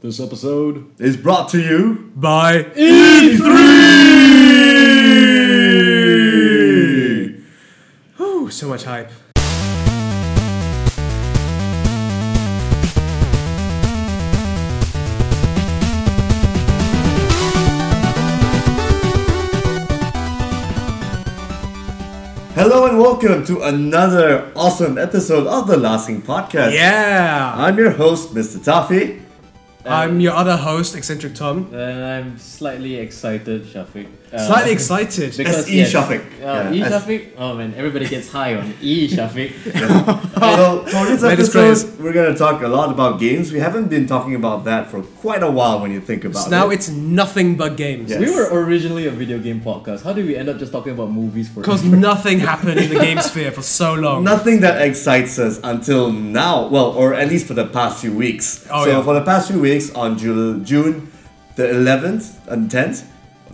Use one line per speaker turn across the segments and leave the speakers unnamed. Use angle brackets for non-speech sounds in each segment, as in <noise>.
This episode
is brought to you
by E
E3.
Ooh, so much hype.
Hello and welcome to another awesome episode of the Lasting Podcast.
Yeah.
I'm your host, Mr.
<laughs>
Taffy.
I'm your other host, Eccentric Tom.
And I'm slightly excited, Shafiq. Uh,
Slightly excited.
SE Shafiq.
Oh,
Yeah,
E
S-
Shafiq? Oh man, everybody gets high on
<laughs>
E Shafiq.
Oh,
so, for this
That is
episode, we're going to talk a lot about games. We haven't been talking about that for quite a while when you think about
So
it.
now it's nothing but games.
Yeah.
We were originally a video game podcast. How did we end up just talking about movies for
Because nothing happened in the game sphere for so long.
Nothing that excites us until now, well, or at least for the past few weeks.
Oh,
so
yeah.
for the past few weeks, on Ju- June the 11th and 10th,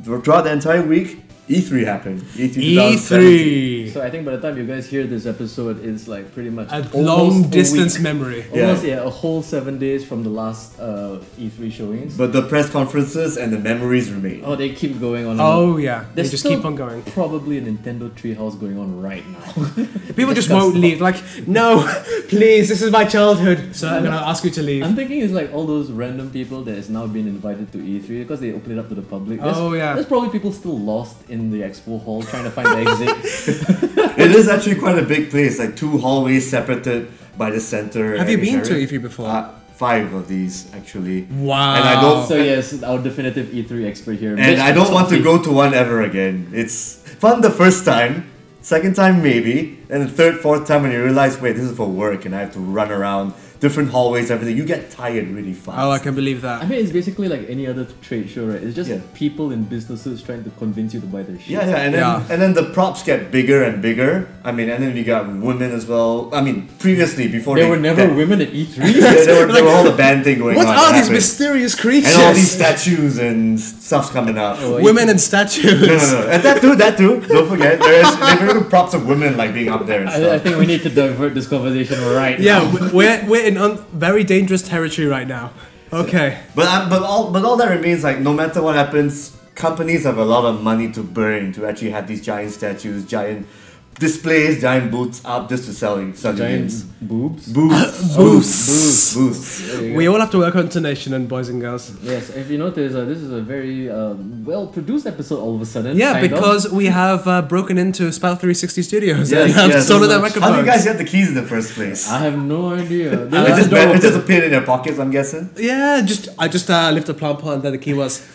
throughout the entire week, E3 happened. E
E
E3. 2017.
E3.
So I think by the time you guys hear this episode, it's like pretty much
A
almost
long distance
week.
memory.
Yeah.
Almost yeah, a whole seven days from the last uh, E3 showings.
But the press conferences and the memories remain.
oh, they keep going on.
Oh yeah. They
There's
just
still
keep on going.
Probably a Nintendo Treehouse going on right now.
People just won't leave. Like, no, <laughs> please, this is my childhood. So I'm gonna ask you to leave.
I'm thinking it's like all those random people that has now been invited to E3 because they opened it up to the public. There's,
Oh, yeah.
There's probably people still lost in the expo hall trying to find the
<laughs>
exit.
it is actually quite a big place, like two hallways separated by the center.
Have you
and
been to
area.
E3 before?
Uh, five of these, actually.
Wow.
And I don't
So yes, our definitive E3 expert here.
Oh. And I don't want to go to one ever again. It's fun the first time, second time maybe, and the third, fourth time when you realize, wait, this is for work and I have to run around different hallways, everything. You get tired really fast.
Oh, I can believe
I
that.
mean, it's basically like any other trade show, right? It's just
Yeah.
people in businesses trying to convince you to buy their shit.
Yeah, yeah, and then
Yeah.
and then the props get bigger and bigger. I mean, and then you got women as well. I mean, previously before
There
they-
were never
that-
women at E
<laughs>
E3.
Yeah, there, were,
<laughs>
there were all the band thing going
What
on.
are
that
these
happened.
mysterious creatures?
and all these statues and stuff's coming out.
Oh,
<laughs>
Women and statues.
No, no, no. And that too, that too. Don't forget, there's there were props of women like being up there and stuff.
I, I think we need to divert this conversation right
Yeah,
now.
w- we're we're in un- very dangerous territory right now. Okay.
But um, but all but all that remains like no matter what happens, companies have a lot of money to burn to actually have these giant statues, giant displays, giant booths up just to sell you sell your
Giant <coughs>
games.
boobs.
Booths.
Booths.
Booths.
There you go.
We all have to work on intonation and boys and girls.
Yes, if you notice, uh, this is a very um, well-produced episode all of a sudden.
Yeah,
kind of.
because we have uh, broken into Spout 360 Studios and
Yes,
have
yes.
stolen their microphones.
How do you guys get the keys in the first place?
I have no idea. They
It's
left
just,
the door
it's just a
open.
pin in their pockets, I'm guessing. <laughs>
yeah, just I just uh, lifted a plant pot and there the key was.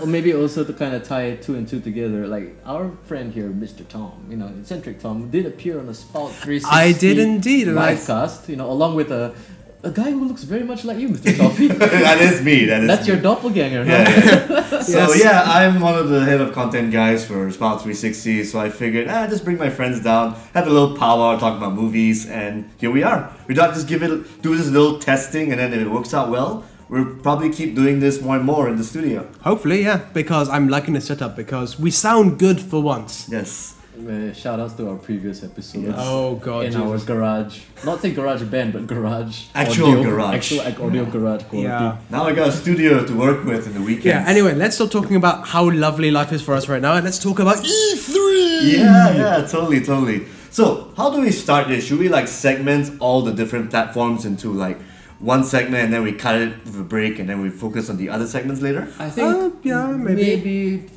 Or maybe also to kind of tie two and two together, like our friend here, Mr. Tom, you know, eccentric Tom, did appear on a Spout 360
I did indeed, and I-
livecast, you know, along with a, a guy who looks very much like you, Mr. Toffee. <laughs>
that is me. That is
That's
me.
your doppelganger, huh?
Yeah, yeah. so
Yes.
yeah, I'm one of the head of content guys for Spout 360. So I figured, ah, just bring my friends down, have a little powwow, talk about movies, and here we are. We thought just give it, do this little testing, and then if it works out well, we'll probably keep doing this more and more in the studio.
Hopefully, yeah, because I'm liking the setup because we sound good for once.
Yes.
Uh, shout outs to our previous episodes.
Oh god.
in
Jesus.
our garage, not say garage band, but garage
Actual
audio,
garage.
actual like, audio garage quality.
yeah.
Now I got a studio to work with in the
Yeah,
weekends.
anyway, let's stop talking about how lovely life is for us right now and let's talk about E E3!
Yeah, yeah, totally, totally. So, how do we start this? Should we like segment all the different platforms into like one segment and then we cut it with a break and then we focus on the other segments later?
I think
Uh, yeah, maybe.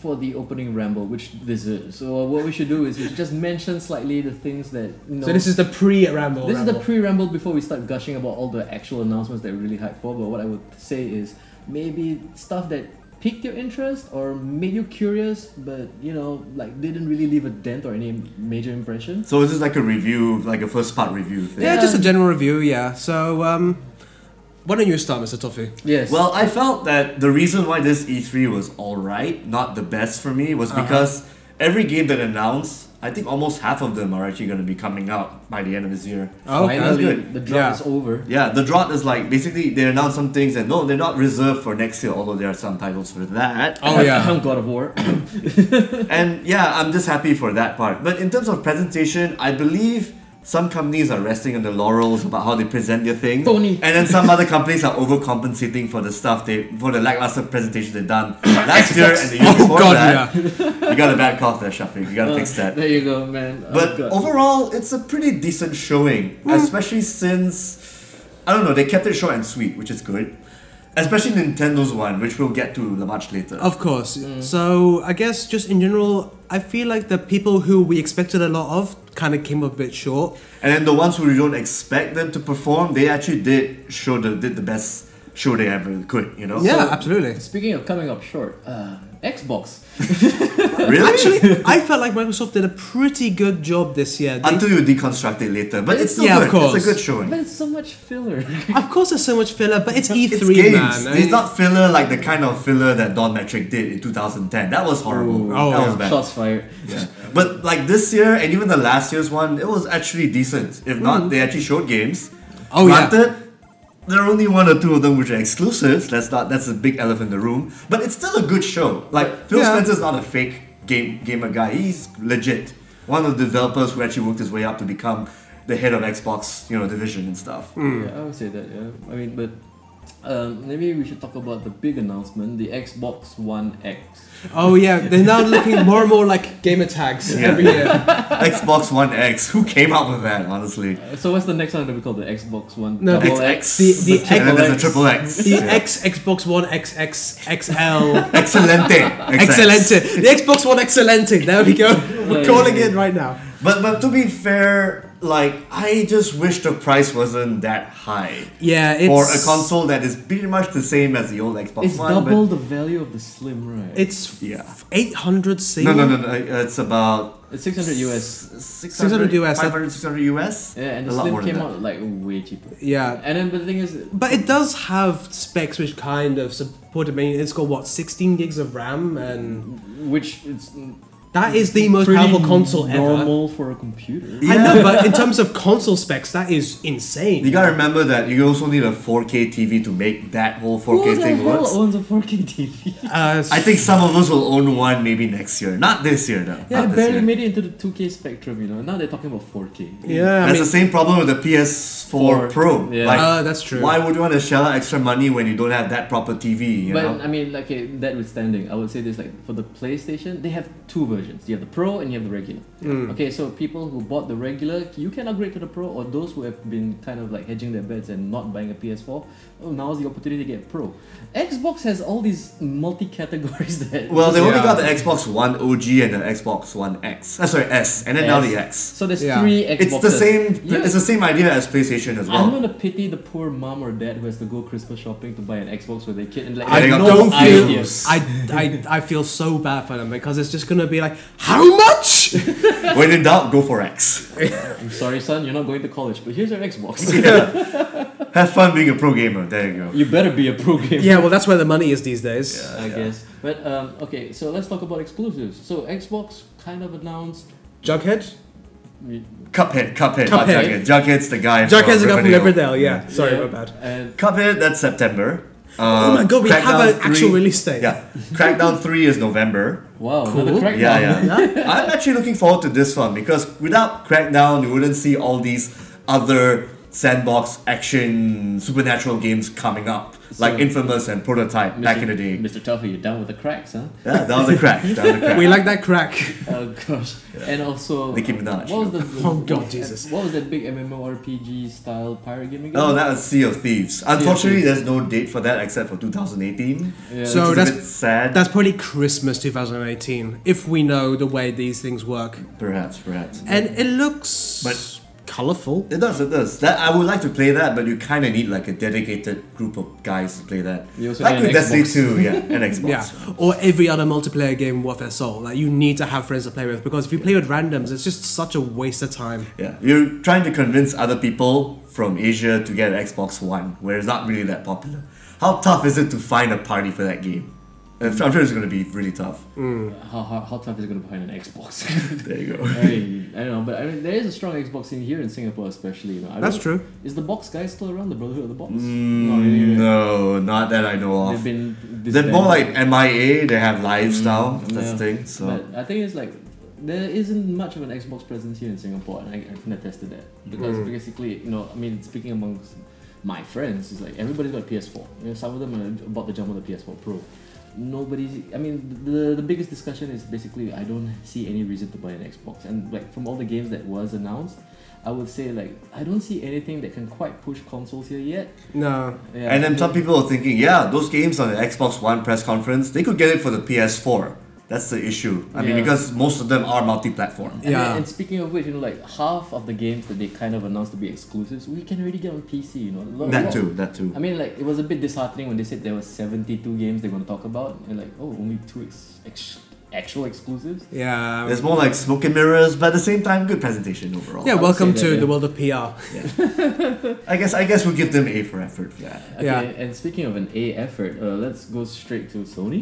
for the opening ramble, which this is. So uh, what we should do is we should just mention slightly the things that you know.
So this is the pre-ramble.
this is the
ramble.
pre-ramble before we start gushing about all the actual announcements that we really hype for. But what I would say is maybe stuff that piqued your interest or made you curious, but you know, like didn't really leave a dent or any major impression.
So, is this like a review, like a first part review thing?
Yeah,
Yeah.
just a general review, yeah. So, um, why don't you start, Mr. Toffee?
Yes.
Well, I felt that the reason why this E3 was alright, not the best for me, was because every game that announced, I think almost half of them are actually going to be coming out by the end of this year.
Oh, okay.
finally,
good.
the drought
Yeah.
is <laughs> over.
Yeah, the drought is like basically they announce some things and no, they're not reserved for next year, although there are some titles for that.
Oh, yeah.
God of War.
And yeah, I'm just happy for that part. But in terms of presentation, I believe some companies are resting on their laurels about how they present their thing,
Tony.
and then some other companies are overcompensating for the stuff they for the lackluster presentation they've
<coughs>
done last year and the year
Oh
before
god,
that.
yeah.
You got a bad cough there, Shafiq. You gotta
Uh,
fix
<laughs>
that.
There you go, man. Oh,
But
God.
overall, it's a pretty decent showing,
Hmm.
especially since I don't know they kept it short and sweet, which is good. Especially Nintendo's one, which we'll get to much later.
Of course.
Mm.
So I guess just in general, I feel like the people who we expected a lot of kind of came a bit short.
And then the ones who you don't expect them to perform, they actually did show the did the best show they ever could. You know?
yeah, absolutely.
Speaking of coming up short, uh, Xbox.
Really?
Actually, I felt like Microsoft did a pretty good job this year. They-
Until you deconstruct it later, but it's still
Yeah,
good.
of course.
It's a good
But
showing.
it's so much filler.
of course, there's so much filler, but it's E3,
It's games.
man. eh? I-
It's not filler like the kind of filler that Don Metric did in 2010. That was horrible.
Ooh.
Oh,
that
yeah.
was bad.
Shots fired.
But like this year and even the last year's one, it was actually decent. If not, they actually showed games.
Hmm. Oh, yeah.
Granted, There are only one or two of them which are exclusives. That's not that's a big elephant in the room. But it's still a good show. Like Phil
Yeah.
Spencer's not a fake game gamer guy. He's legit. One of the developers who actually worked his way up to become the head of Xbox, you know, division and stuff.
Hmm. <laughs>
Yeah, I would say that. Yeah. I mean, but um, maybe we should talk about the big announcement, the Xbox One X.
Oh yeah, they're now looking more and more like gamer tags
Yeah.
every year.
Xbox One X. Who came up with that, honestly?
Uh, so what's the next one that we call the Xbox One?
No,
Double
XX.
X.
The- the
and then there's a triple
triple
X.
The
<laughs> Yeah.
E X Xbox One XX XL
Excelente.
Excelente. The Xbox One Excelente. There we go. We're
Yeah,
calling
yeah,
it right now.
But but to be fair, like I just wish the price wasn't that high
Yeah, it's
for a console that is pretty much the same as the old Xbox
It's
One.
double the value of the Slim, right?
It's
Yeah.
eight hundred C.
But no, no, no, no. It's about
it's 600 US.
six
600 US, that-
500, 600 US.
Yeah, and
A
the
lot
Slim
more than
came
that.
out like way cheaper.
Yeah,
And then, but the thing is,
but it does have specs which kind of support it. I mean, it's got what sixteen gigs of RAM, and
which it's
that is the most powerful console ever.
normal for a computer.
I know, but
<laughs>
in terms of console specs, that is insane.
You gotta remember that you also need a 4K TV to make that whole 4K
Who the
thing
hell
work.
owns a 4K TV?
Uh,
I think some of us will own one maybe next year. Not this year though.
Yeah,
Not
it
this
barely
year.
made it into the 2K spectrum, you know. Now they're talking about 4K.
yeah, I
That's
mean,
the same problem with the PS4
Four.
Pro.
Yeah. Oh,
Like,
Uh, that's true.
Why would you want to shell out extra money when you don't have that proper TV? You
but
know?
I mean, like okay, that withstanding, I would say this: like for the PlayStation, they have two versions. You have the Pro and you have the regular.
Hmm.
Okay, so people who bought the regular, you can upgrade to the Pro, or those who have been kind of like hedging their bets and not buying a PS4, oh, now's the opportunity to get Pro. Xbox has all these multi categories <laughs> that.
Well, they only
Yeah.
got the Xbox One OG and the Xbox One X. Uh, sorry, S, and then now the X.
So there's
Yeah.
three Xboxes.
It's the same.
Yeah.
It's the same idea as PlayStation as
I'm
<laughs>
well.
gonna pity the poor mom or dad who has to go Christmas shopping to buy an Xbox for their kid and like
I
I
they have
got
no
don't feel.
idea.
I, I I feel so bad for them because it's just gonna be like how much?
when in doubt, go for X.
I'm sorry, son, you're not going to college, but here's your
<laughs>
Xbox.
Have fun being a pro gamer. There you go.
you better be a pro gamer.
yeah, well that's where the money is these days.
I guess. But um, okay, so let's talk about exclusives. So Xbox kind of announced.
Jughead.
Oh, Cuphead, Cuphead, not Jughead.
Cuphead.
Jughead's the guy.
Jughead's
from
a guy from
Riverdale.
Riverdale. Yeah, sorry,
yeah,
my bad.
And
Cuphead, that's September.
Oh my god, we have
Crackdown
an
3
actual release date.
Yeah, Crackdown Three is November.
wow, another
Cool.
crackdown.
Yeah, yeah. I'm actually looking forward to this one because without Crackdown, you wouldn't see all these other sandbox action supernatural games coming up, like
So-
Infamous and Prototype back in the day.
Mr. Tuffy, you're down with the cracks,
<laughs>
huh?
Yeah, that was a crack. That was a crack.
We like that crack.
Oh gosh. And also.
Nicki Minaj.
What was the?
Oh, God, Jesus.
What was that big MMORPG style pirate game again?
Oh, that was Sea of Thieves. Unfortunately, there's no date for that except for 2018.
Yeah.
which
So-
is
that's-
a bit sad.
That's probably Christmas 2018, if we know the way these things work.
perhaps, perhaps.
And it looks
But-
colorful.
It does, it does. That I would like to play that, but you kind of need like a dedicated group of guys to play that.
You also
like
need
with
an
Destiny
Xbox.
2, yeah, and Xbox.
<laughs> Yeah, or every other multiplayer game worth their soul. Like you need to have friends to play with because if you play with randoms, it's just such a waste of time.
Yeah, you're trying to convince other people from Asia to get an Xbox One, where it's not really that popular. How tough is it to find a party for that game? I'm sure I'm sure it's going to be really tough.
How, how, how tough is it going to find an Xbox? <laughs>
There you go.
I, mean, I don't know, but I mean, there is a strong Xbox in here in Singapore, especially. You know, I
That's
don't-
true.
Is the box guy still around? The Brotherhood of the Box? Not really,
Mm,
right?
no, not that I know
They've
of.
been.
They're more
disbanded.
like MIA, they have lives now, that's
Yeah.
the thing. So
But I think it's like there isn't much of an Xbox presence here in Singapore, and I, I can attest to that because
Mm.
basically, you know, I mean, speaking amongst my friends, it's like everybody's got PS4. You know, some of them are about to jump on the PS4 Pro. Nobody's. I mean, the the biggest discussion is basically I don't see any reason to buy an Xbox, and like from all the games that was announced. I would say like I don't see anything that can quite push consoles here yet.
No.
Yeah.
And then some people are thinking, yeah, those games on the Xbox One press conference, they could get it for the PS4. That's the issue. I mean,
Yeah.
because most of them are multi-platform.
And,
Yeah.
and speaking of which, you know, like half of the games that they kind of announced to be exclusives, we can already get on PC. You know, a lot,
That
lot-
too. That too.
I mean, like it was a bit disheartening when they said there were seventy-two games they're going to talk about, and like, oh, only two ex- ex- actual exclusives.
Yeah.
There's more like smoke and mirrors, but at the same time, good presentation overall.
yeah,
would
welcome
say
to
that, yeah.
the world of PR.
I guess I guess we'll give them A for effort for that.
Okay,
Yeah.
And speaking of an A effort, uh, let's go straight to Sony.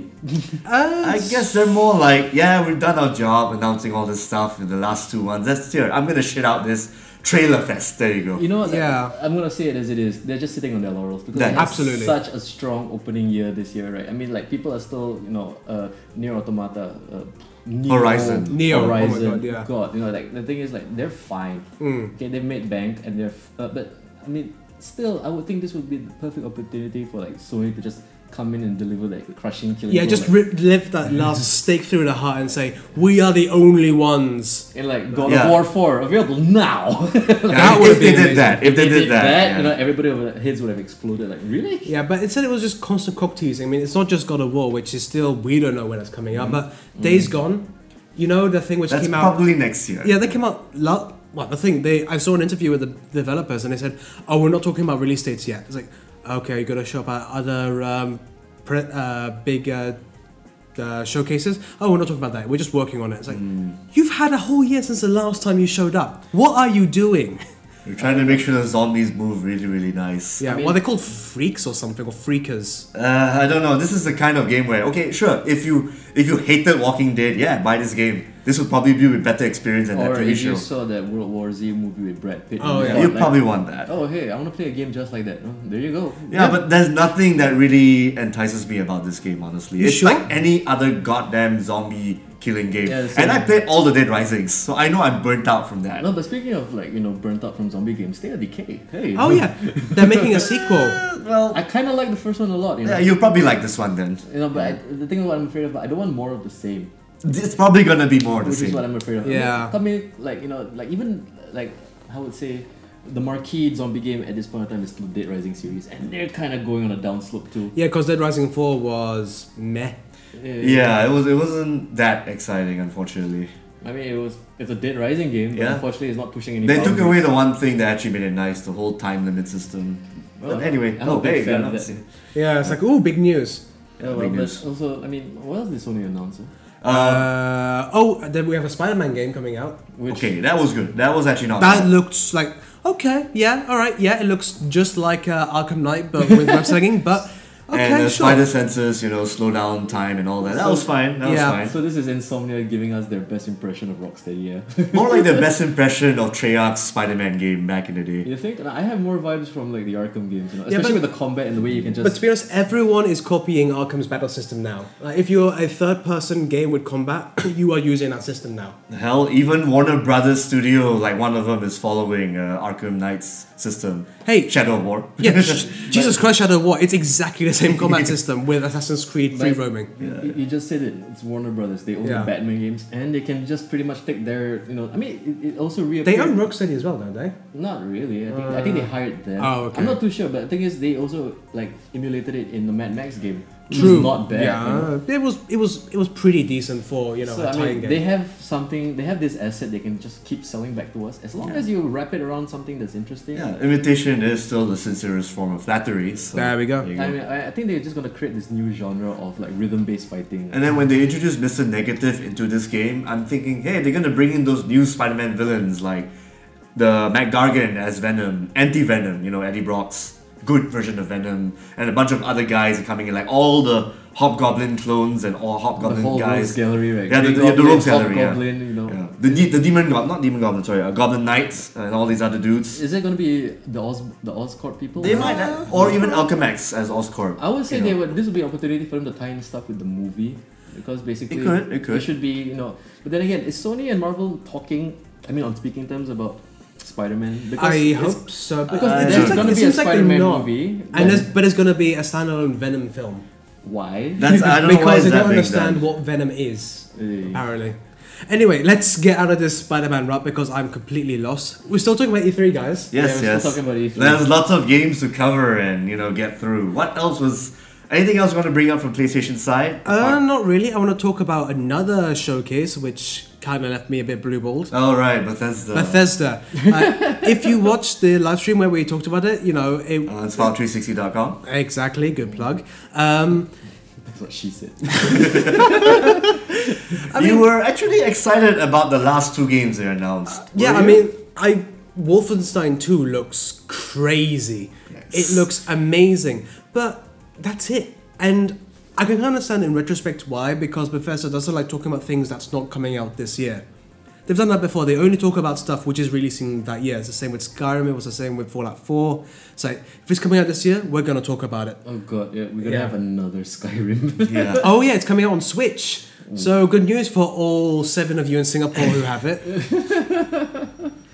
Uh,
I guess they're more like, yeah, we've done our job announcing all this stuff in the last two ones. That's here. I'm gonna shit out this trailer fest. There you go.
You know, like,
Yeah.
I'm gonna say it as it is. They're just sitting on their laurels because
Yeah,
they had
absolutely.
such a strong opening year this year, right? I mean, like people are still, you know, uh, Near Automata, uh, Neo,
Horizon.
Neo, oh my
Horizon.
God, yeah.
you know, like the thing is, like they're fine.
mm,
Okay, they made bank, and they're, f- uh, but I mean, still, I would think this would be the perfect opportunity for like Sony to just come in and deliver like crushing, killing.
yeah,
blow,
just
like,
rip, lift that last stake through the heart and say, "We are the only ones."
and like God
Yeah.
of War Four available now. <laughs>
Yeah,
That
if
would
they
be
did
amazing.
that, if they, did, that,
you
yeah.
know, everybody over the heads would have exploded. Like, really?
Yeah, but instead it was just constant cock teasing. I mean, it's not just God of War, which is still we don't know when it's coming out. But Days Gone, you know the thing which
that's
came out.
probably next year.
Yeah, they came out. Lo- well, the thing they, I saw an interview with the developers, and they said, "Oh, we're not talking about release dates yet." It's like, okay, you got to shop at other um, pre- uh, big uh, uh, showcases. Oh, we're not talking about that. We're just working on it. It's like, you've had a whole year since the last time you showed up. What are you <laughs> doing?
We're trying to make sure the zombies move really, really nice.
Yeah,
I mean-
well, they're called freaks or something or <laughs> freakers.
Uh, I don't know. This is the kind of game where okay, sure. If you if you hated Walking Dead, yeah, buy this game. This would probably be a better experience than that
Or if you
traditional.
saw that World War Z movie with Brad Pitt,
Oh,
and
yeah.
thought,
You
like,
probably want that.
Oh hey, I want to play a game just like that. Oh, there you go.
Yeah, but there's nothing that really entices me about this game, honestly.
You
it's
sure?
like any other goddamn zombie killing game.
Yeah, same.
and I played all the Dead Risings, so I know I'm burnt out from that.
no. But speaking of like you know burnt out from zombie games, State of Decay. Hey.
Oh yeah, they're making a sequel.
Uh, well,
I kind of like the first one a lot. You know.
yeah, you'll probably like this one then.
You know, but I, the thing is what I'm afraid of, I don't want more of the same.
It's probably gonna be more of the
Which is what
same.
I'm afraid of.
Yeah.
I mean, like, you know, like even, like, I would say the marquee zombie game at this point in time is still Dead Rising series, and they're kind of going on a downslope too.
Yeah, because Dead Rising Four was meh.
Yeah, it was. It wasn't that exciting, unfortunately.
I mean, it was, it's a Dead Rising game, but
Yeah.
unfortunately it's not pushing any
They took
boundaries.
away the one thing that actually made it nice, the whole time limit system.
Well,
but anyway,
I'm a
oh,
big
there you go.
fan of
not
that.
seen.
Yeah, it's like ooh, big news.
Yeah, well,
Big
but
news.
also, I mean, what else did Sony announce? eh?
Uh,
Uh, oh, then we have a Spider-Man game coming out.
Which,
okay, that was good. That was actually not
That
bad.
looks like okay, yeah, all right, yeah. It looks just like uh, Arkham Knight, but with web slinging. <laughs> But okay,
and the
sure.
spider senses, you know, slow down time and all that. That
So-
was fine. That
Yeah.
was
So this is Insomnia giving us their best impression of Rocksteady, yeah. <laughs>
fine. More like the best impression of Treyarch's Spider-Man game back in the day.
you think? I have more vibes from like the Arkham games, you know,
Yeah,
especially
but-
with the combat and the way you can just
But to be honest, everyone is copying Arkham's battle system now. Like, if you're a third-person game with combat, <clears throat> you are using that system now.
Hell, even Warner Brothers Studio, like one of them, is following uh, Arkham Knight's system. <laughs>
Hey,
Shadow War.
Yeah, sh- Jesus Christ Shadow War. It's exactly the same combat system with Assassin's Creed free
Like-
roaming.
You- You just said it. It's Warner Brothers. They own
Yeah.
the Batman games, and they can just pretty much take their, you know. I mean, it, it also reappears.
They own Rocksteady as well, don't they?
Not really. I think, I think they hired them.
oh, okay.
I'm not too sure, but the thing is, they also like emulated it in the Mad Max game. which is Not bad.
Yeah,
you know.
it was it was it was pretty decent for you know
so I
a time
mean,
game.
they have something. They have this asset. They can just keep selling back to us as long as you wrap it around something that's interesting.
Yeah, imitation is still the sincerest form of flattery. So
There we go.
you
I mean, I I think they're just gonna create this new genre of like rhythm-based fighting.
And then when they introduce Mr. Negative into this game, I'm thinking, hey, they're gonna bring in those new Spider-Man villains like the Matt Gargan as Venom, Anti-Venom, you know, Eddie Brock's good version of Venom, and a bunch of other guys are coming in, like all the Hobgoblin clones and all
the
Hobgoblin
whole Rogues
guys.
gallery, right?
Yeah, the-
Green
yeah, the
Goblin,
Rogues gallery, yeah.
Hobgoblin, you know.
Yeah. The, de- the demon goblin, not demon goblin, sorry, uh, goblin knights and all these other dudes.
Is it gonna be the Oz the Oscorp people?
They might, have, or even Alchemax as Oscorp.
I would say
you
they
know.
would. This would be an opportunity for them to tie in stuff with the movie. because basically
It could, it could.
should be you know. But then again, is Sony and Marvel talking? I mean, on speaking terms about Spider-Man because
I
it's-
hope so.
because
I
there's
don't know.
uh, it's like,
gonna be
it
a
seems like they're
Spider-Man
not.
movie.
And it's,
then
but it's gonna be a standalone Venom film.
why?
That's I don't know why
because
is
they
that
don't
being
understand
done.
what Venom is,
Eh.
apparently. Anyway, let's get out of this Spider-Man rut because I'm completely lost. We're still talking about E3, guys.
Yeah,
Yes,
we're
yes.
Still talking about E E3.
There's lots of games to cover and you know get through. What else was? Anything else you want to bring up from PlayStation side?
Uh, not really. I want to talk about another showcase, which kind of left me a bit blue-balled.
All right, Bethesda.
Bethesda. Uh, if you watched the live stream where we talked about it, you know it.
Uh, it's file360.com.
Exactly, good plug. Um,
<laughs> That's what she said.
I mean,
you were actually excited about the last two games they announced.
Uh, yeah,
were
I
you?
mean, I Wolfenstein 2 looks crazy.
Yes.
It looks amazing, but that's it. And I can understand in retrospect why, because Bethesda doesn't like talking about things that's not coming out this year. They've done that before. They only talk about stuff which is releasing that year. It's the same with Skyrim. It was the same with Fallout 4. It's like, if it's coming out this year, we're gonna talk about it.
Oh god, yeah, we're gonna
Yeah.
have another <laughs> Skyrim.
<laughs>
yeah.
Oh yeah, it's coming out on Switch. So good news for all seven of you in Singapore who have it.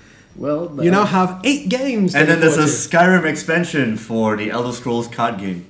<laughs> well, but-
You now have eight games. to
And then
look
there's a
forward
Skyrim expansion for the Elder Scrolls card game.
to.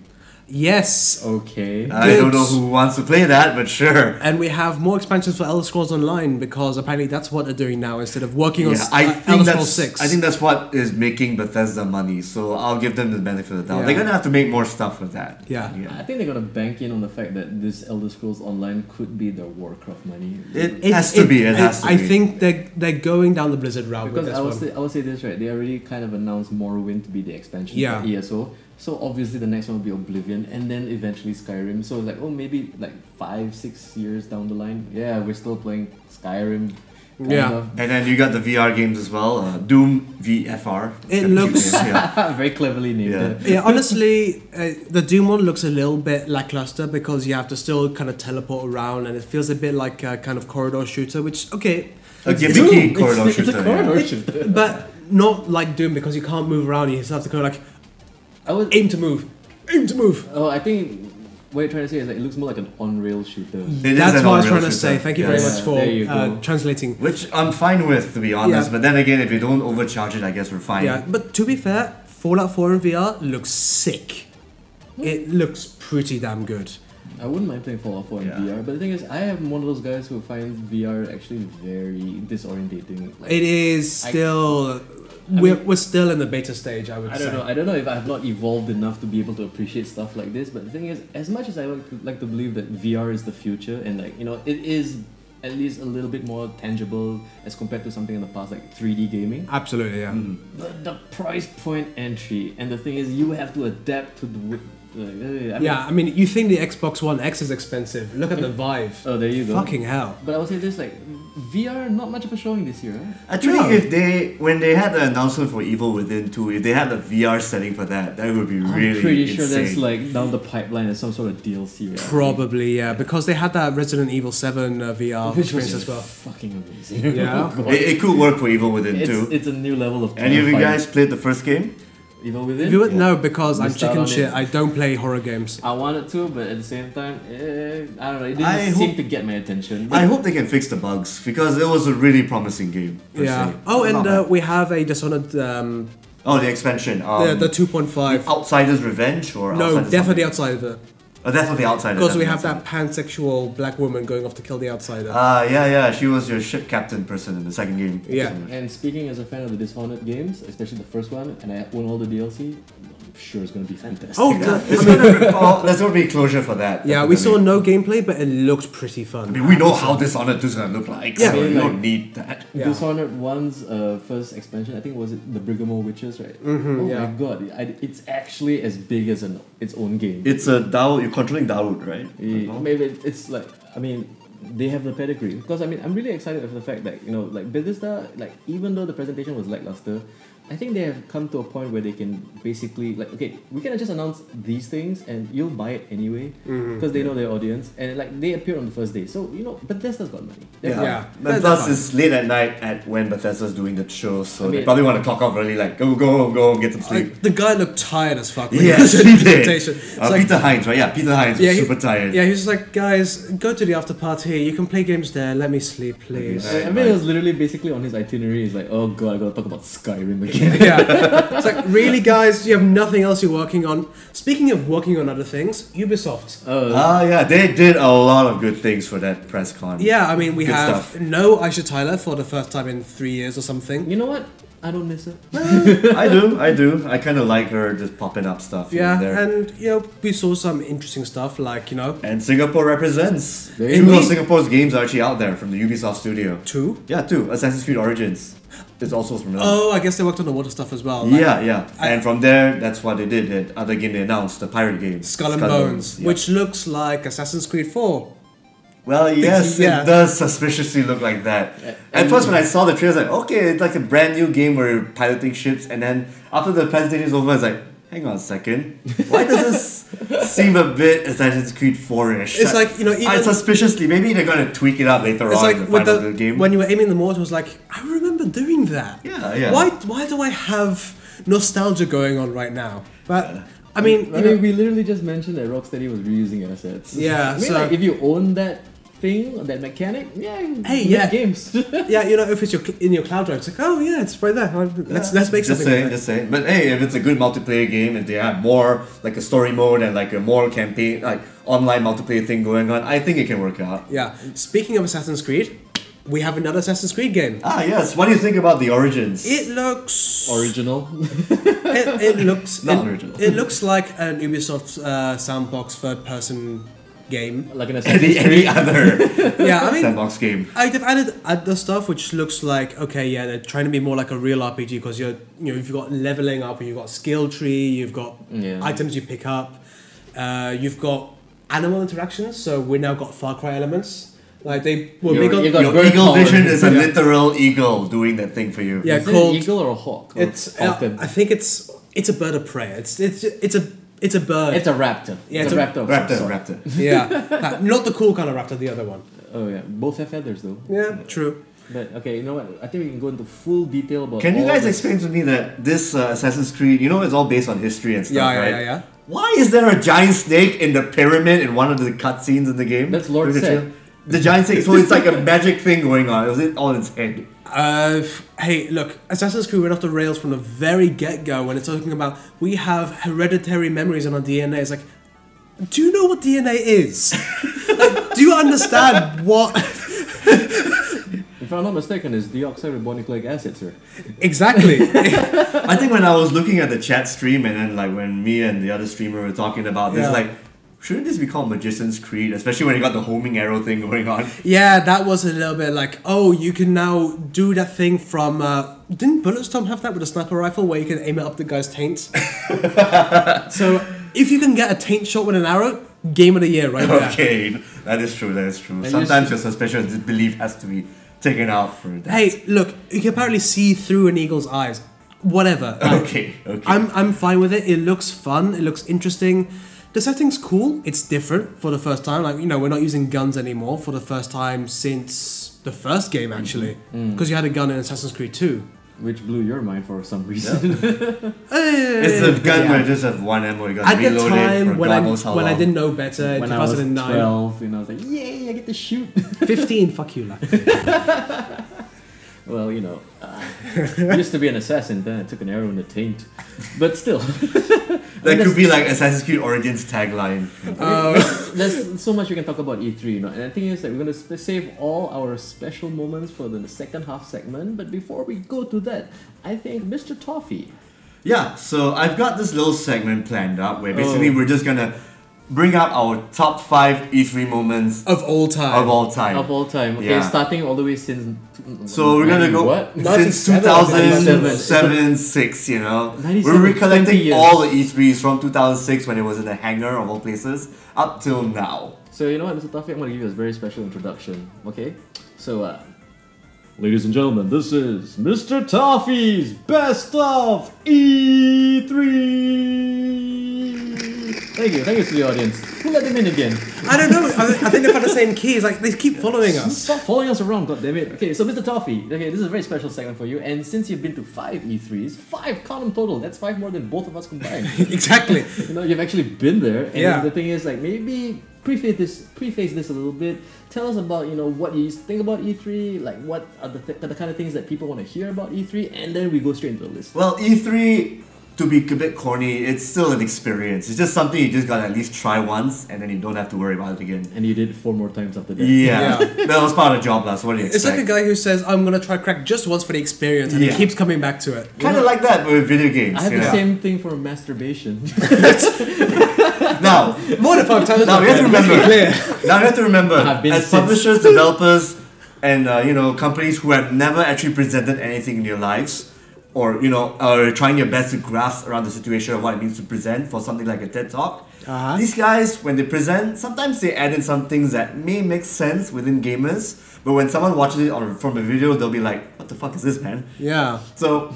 yes,
okay.
I don't
Good.
know who wants to play that, but sure.
and we have more expansions for Elder Scrolls Online because apparently that's what they're doing now instead of working on
Yeah,
s-
I
uh,
think
Elder
that's
Scrolls Six.
I think that's what is making Bethesda money. So I'll give them the benefit of the doubt. They're
Yeah.
gonna have to make more stuff with that.
Yeah.
I think they're gonna bank in on the fact that this Elder Scrolls Online could be their Warcraft money.
It has to be. It, has to
I
be.
think they're they're going down the Blizzard route
because
with this
I will
one.
say I will say this right. They already kind of announced Morrowind to be the expansion
Yeah.
for ESO. So obviously the next one will be Oblivion, and then eventually Skyrim. So it's like oh maybe like five six years down the line. Yeah, we're still playing Skyrim. kind
Yeah.
of.
And then you got the VR games as well. Uh, Doom VFR.
It
Got a few
looks-
games,
<laughs>
yeah.
<laughs> Very cleverly named.
Yeah.
<laughs> eh?
yeah, honestly, uh, the Doom one looks a little bit lackluster because you have to still kind of teleport around, and it feels a bit like a kind of corridor shooter. Which okay,
a
it's-
gimmicky
Doom.
It's-
corridor
it's,
shooter.
a
yeah.
corridor shooter.
but not like Doom because you can't move around. You just have to kind of like
I was.
aim to move, aim to move.
Oh, I think what you're trying to say is like it looks more like an on-rail shooter.
is
That's
an
what I was
on-rail
trying to say.
shooter.
Thank you
Yeah,
very
yeah.
much
There you
for
go.
uh, translating.
Which I'm fine with, to be honest.
Yeah.
But then again, if you don't overcharge it, I guess we're fine.
Yeah, but to be fair, Fallout 4 in VR looks sick.
Hmm.
It looks pretty damn good.
I wouldn't mind playing Fallout 4 in
Yeah.
VR, but the thing is, I am one of those guys who finds VR actually very disorientating. Like,
It is
I-
still. we're, we're still in the beta stage, I would
I
say.
don't know. I don't know if I've not evolved enough to be able to appreciate stuff like this. But the thing is, as much as I like to, like to believe that VR is the future, and like you know, it is at least a little bit more tangible as compared to something in the past, like 3D gaming.
Absolutely, yeah.
Hmm.
The, the price point entry, and the thing is, you have to adapt to the. w- Like, uh, I mean,
yeah, I mean, you think the Xbox One X is expensive. Look at
<laughs>
the Vive.
Oh, there you go.
Fucking hell.
But I would say this like VR not much of a showing this year. Huh?
Actually,
No.
if they when they had the announcement for Evil Within two, if they had a VR setting for that, that would be really
I'm pretty sure
insane.
that's like down the pipeline as some sort of DLC. Right?
Probably, yeah, because they had that Resident Evil 7 uh, VR
which
experience
was
as well.
fucking amazing. <laughs>
Yeah.
Oh, God.
it, it could work for Evil Within
it's,
two.
it's a new level of.
Any of you
terrifying.
guys played the first game?
Evil Within?
If you would know, because
We
I'm
start
chicken
on
shit,
it.
I don't play horror games.
I wanted to, but at the same time, eh, I don't know. It didn't
I
seem
hope-
to get my attention.
I hope they can fix the bugs because it was a really promising game. per
Yeah.
se.
Oh,
Not
and
bad.
uh, we have a Dishonored, um,
oh, the expansion. Um,
the, the
oh,
2.5.
Outsiders Revenge or
No,
Outsiders
definitely
something?
Outsider.
Oh, definitely Outsiders.
Because we have
definitely
that pansexual black woman going off to kill the outsider.
Outsiders. Ah, yeah, yeah. She was your ship captain person in the second game.
Yeah.
and speaking as a fan of the Dishonored games, especially the first one, and I own all the DLC, I'm sure it's going to be fantastic.
oh,
Yeah,
the-
it's gonna, oh, there's gonna be closure for that.
yeah, we saw
definitely.
no gameplay, but it looked pretty
I
fun.
mean, we know how Dishonored 2 is gonna look like,
Yeah.
so you
Like-
don't need that.
Yeah.
Dishonored 1's uh, first expansion, I think was it the Brigamore Witches, right? oh
Mm-hmm, yeah.
my god, I, it's actually as big as an, its own game.
It's a Dawood, you're controlling Dawood, right?
Eh, Maybe it- it's like I mean they have the pedigree because I mean I'm really excited for the fact that you know like Bethesda like even though the presentation was lackluster, I think they have come to a point where they can basically like okay, we can just announce these things and you'll buy it anyway
Mm-hmm.
because they know their audience and like they appeared on the first day. So you know, Bethesda's got money. They're
Yeah.
Yeah.
And
That- that's
plus,
fine.
it's late at night at when Bethesda's doing the show, so
I
they
mean-
probably want to clock off early, like, go, go, go, get some sleep.
Like, the guy looked tired as fuck. when he
yes,
was in
he
the
did.
presentation. It's
Uh,
like,
Peter Hines, right? Yeah, Peter Hines
Yeah,
was
he-
super tired.
yeah, he was just like, guys, go to the after party. You can play games there. Let me sleep, please.
Right,
I mean,
right.
it was literally basically on his itinerary. He's like, oh god, I gotta talk about Skyrim
<laughs>
again.
<laughs> yeah. It's like, really, guys, you have nothing else you're working on. Speaking of working on other things, Ubisoft.
Uh,
Ah, yeah, they did a lot of good things for that press con.
Yeah, I mean, we
Good
have
stuff.
no Aisha Tyler for the first time in three years or something.
you know what? I don't miss it.
I do, I do. I kind of like her just popping up stuff. here
Yeah,
and there.
and, you know, we saw some interesting stuff, like, you know,
And Singapore represents.
There
Two
you
of
go.
Singapore's games are actually out there from the Ubisoft studio.
two.
Yeah, two. Assassin's Creed Origins is also from them.
Oh, I guess they worked on the water stuff as well. like
yeah, yeah.
I-
and from there, that's what they did. The other game they announced, the pirate game.
Skull and Bones,
yeah.
which looks like Assassin's Creed 4.
Well, yes,
yeah. Mm.
it does suspiciously look like that. At first, when I saw the trailer, I was like, okay, it's like a brand new game where you're piloting ships, and then after the presentation is over, it's like, hang on a second, why does
<laughs>
this seem a bit Assassin's Creed 4-ish?
It's like, you know, even-
I suspiciously, maybe they're gonna tweak it out later
It's
on
like
in the
with
final
the,
game.
when you were aiming the mortar, it was like, I remember doing that.
Yeah, yeah.
Why, why do I have nostalgia going on right now? But, I mean,
I
you know,
mean, we literally just mentioned that Rocksteady was reusing assets.
Yeah,
I mean,
so-
like, if you own that thing, that mechanic, yeah, you
Hey,
make
yeah. <laughs>
games.
yeah, you know, if it's your, cl- in your cloud drive, it's like, oh yeah, it's right there. Uh, Let's let's make
just
something.
saying,
of it.
just saying. But hey, if it's a good multiplayer game, if they have more like a story mode and like a more campaign, like online multiplayer thing going on, I think it can work out.
Yeah. Speaking of Assassin's Creed, we have another Assassin's Creed game.
Ah, yes. What do you think about the origins?
It looks.
Original. <laughs>
It, it looks.
Not
it,
original.
It looks like an Ubisoft uh, sandbox third-person game.
like an
any
<laughs>
Assassin's
any
Creed.
other
Yeah, I
<laughs>
mean,
sandbox game?
I- they've added other stuff which looks like okay, yeah, they're trying to be more like a real RPG because you're you know you've got leveling up, and you've got skill tree, you've got
Yeah.
items you pick up, uh, you've got animal interactions. So we now got Far Cry elements. Like they were
You're-
big on
you got-
Your
bird
eagle
power.
vision is a
Yeah.
literal eagle doing that thing for you.
Yeah.
Is it
called-
an eagle or a hawk? Or
it's. uh,
falcon.
I think it's it's a bird of prey. It's it's it's a it's a bird.
it's a raptor.
Yeah,
it's,
it's
a,
a-
raptor. of
Raptor,
some sort.
raptor.
yeah, Like, not the cool kind of raptor. The other one.
Oh yeah, both have feathers though.
Yeah, true.
But okay, you know what? I think we can go into full detail about.
Can you
all
guys
the-
explain to me that this uh, Assassin's Creed, you know, it's all based on history and stuff,
Yeah, yeah,
right?
yeah, yeah.
Why is there a giant snake in the pyramid in one of the cutscenes in the game?
That's Lord
Look at
Set.
you. The giant snake. So it's like a magic thing going on. It was in- all in its head.
Uh, f- hey, look, Assassin's Creed went off the rails from the very get go when it's talking about we have hereditary memories in our DNA. It's like, do you know what DNA is? <laughs> like, do you understand what <laughs>
If I'm not mistaken, it's deoxyribonucleic acid, sir.
exactly? <laughs>
I think when I was looking at the chat stream and then like when me and the other streamer were talking about this,
Yeah.
like, shouldn't this be called Magician's Creed? Especially when you got the homing arrow thing going on.
<laughs> yeah, that was a little bit like, oh, you can now do that thing from. Uh, didn't Bulletstorm have that with a sniper rifle where you can aim it up the guy's taint? so if you can get a taint shot with an arrow, game of the year, right there.
Okay, that is true. That is true.
you
Sometimes
s-
your suspicious disbelief has to be taken out for that.
Hey, look, you can apparently see through an eagle's eyes. Whatever.
<laughs>
Like,
Okay. Okay.
I'm I'm fine with it. It looks fun. It looks interesting. The setting's cool. It's different for the first time. Like you know, we're not using guns anymore for the first time since the first game
Mm-hmm.
actually,
Mm.
because you had a gun in Assassin's Creed Two.
Which blew your mind for some reason.
it's the gun
yeah.
where you just have one ammo. You got
At the
reloaded for
time when
God
I
knows how
when I
long.
didn't know better in
when I was
<laughs> 2009,
12, you know, I was like, yay, I get to shoot. <laughs>
15, fuck you, like.
<laughs>
well, you know, uh, used to be an assassin, then I took an arrow in the taint. But still, <laughs>
That could be like Assassin's Creed Origins tagline.
Uh,
there's so much we can talk about E3, you know. And the thing is that we're gonna sp- save all our special moments for the second half segment. But before we go to that, I think Mr. Toffee.
Yeah, so I've got this little segment planned up where basically
Oh.
we're just gonna bring up our top five E3 moments
of all time.
of all time.
Of all time, okay,
Yeah.
starting all the way since.
so we're gonna go
What?
since
97,
2007, six. You know,
97,
we're
20
recollecting
years.
all the E3s from 2006 when it was in the hangar of all places up till now.
So you know what, Mr. Taufik, I'm gonna give you a very special introduction. Okay, so uh, Ladies and gentlemen, this is Mr. Toffee's Best of E E3. Thank you, thank you to the audience. Who let them in again?
I don't know. I, I think they've had the same keys. Like they keep
<laughs>
following us.
Stop following us around, god damn it. Okay, so Mr. Toffee, okay, this is a very special segment for you, and since you've been to five E3s, five count 'em total, that's five more than both of us combined.
exactly.
you know, you've actually been there, and
Yeah.
the thing is, like, maybe preface this, preface this a little bit. Tell us about you know what you used to think about E3, like what are the, th- the kind of things that people want to hear about E3, and then we go straight into the list.
Well, E3, to be a bit corny, it's still an experience. It's just something you just gotta at least try once, and then you don't have to worry about it again.
And you did it four more times after that.
Yeah, <laughs>
Yeah.
that was part of the job, last. What do you
It's
expect?
like a guy who says, "I'm gonna try crack just once for the experience," and
Yeah.
he keeps coming back to it.
kind of like that with video games.
I have
you
the
know?
same thing for masturbation. <laughs>
Now,
More than five times.
now we have to
<laughs>
remember.
Clear.
now we have to remember
I've been
as
since.
publishers, developers, and uh, you know companies who have never actually presented anything in their lives, or you know are trying their best to grasp around the situation of what it means to present for something like a TED Talk.
Uh-huh.
These guys, when they present, sometimes they add in some things that may make sense within gamers, but when someone watches it on, from a video, they'll be like, "What the fuck is this, man?"
Yeah.
So,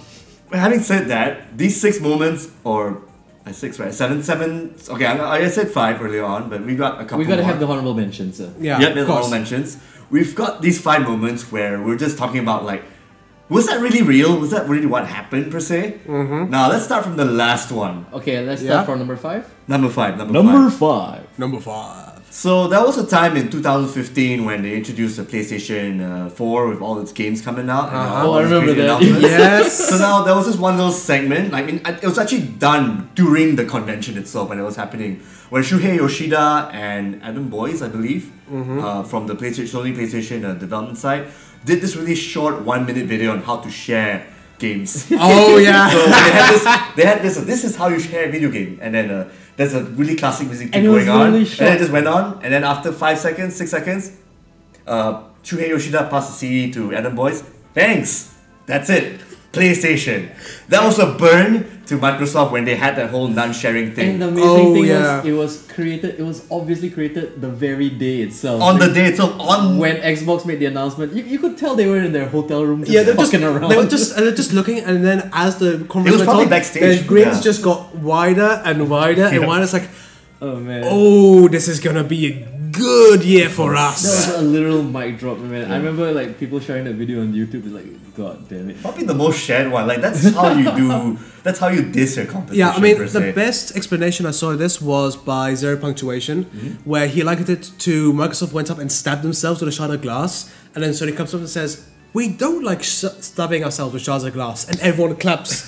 having said that, these six moments, or uh, six, right? Seven, seven. Okay, I, I said five earlier on, but we got a couple.
we gotta
more.
have the honorable mentions. sir.
Yeah.
Yep,
of
there's all
course.
mentions. We've got these five moments where we're just talking about like, was that really real? Was that really what happened per se? Mm-hmm. Now let's start from the last one,
Okay, let's start
Yeah.
from number five.
number five. Number,
Number
five.
five.
Number five.
So that was a time in 2015 when they introduced the PlayStation uh, 4 with all its games coming out. and
Uh-huh.
Oh,
all
I
these
remember
crazy
that. <laughs>
announcements.
Yes. <laughs>
So now there was this one little segment. I mean, it was actually done during the convention itself when it was happening, where Shuhei Yoshida and Adam Boyce, I believe, uh, from the PlayStation, Sony PlayStation uh, development side, did this really short one-minute video on how to share games.
<laughs>
oh
So
yeah.
they had this. They had this. This is how you share a video game, and then uh, there's a really classic music thing
And it was
going on,
really
and then it
short.
just went on, and then after five seconds, six seconds, uh, Shuhei Yoshida passed the CD to Adam Boyce. Thanks. That's it. PlayStation. That was a burn to Microsoft when they had that whole non-sharing
And
thing
the amazing
Oh,
thing
yeah.
was, it was created. It was obviously created the very day itself.
on
Like,
the day itself. On
when Xbox made the announcement, you, you could tell they were in their hotel room just
Yeah, they're just,
fucking
they
around.
were just and they're just looking, and then as the
It was
conversation went
probably
on,
backstage,
their grins
yeah.
just got wider and wider and
Yeah.
wider. It's like,
oh man.
oh, this is gonna be a good year for us.
That was a literal mic drop, man. I remember like people sharing that video on YouTube. It's like, god damn it.
probably the most shared one. Like that's how you
<laughs>
do. That's how you diss your competition.
Yeah, I mean,
per
the
se.
best explanation I saw of this was by Zero Punctuation,
Mm-hmm.
where he likened it to Microsoft went up and stabbed themselves with a shard of glass, and then Sony comes up and says, "We don't like sh- stabbing ourselves with shards of glass," and everyone
<laughs>
claps. <laughs>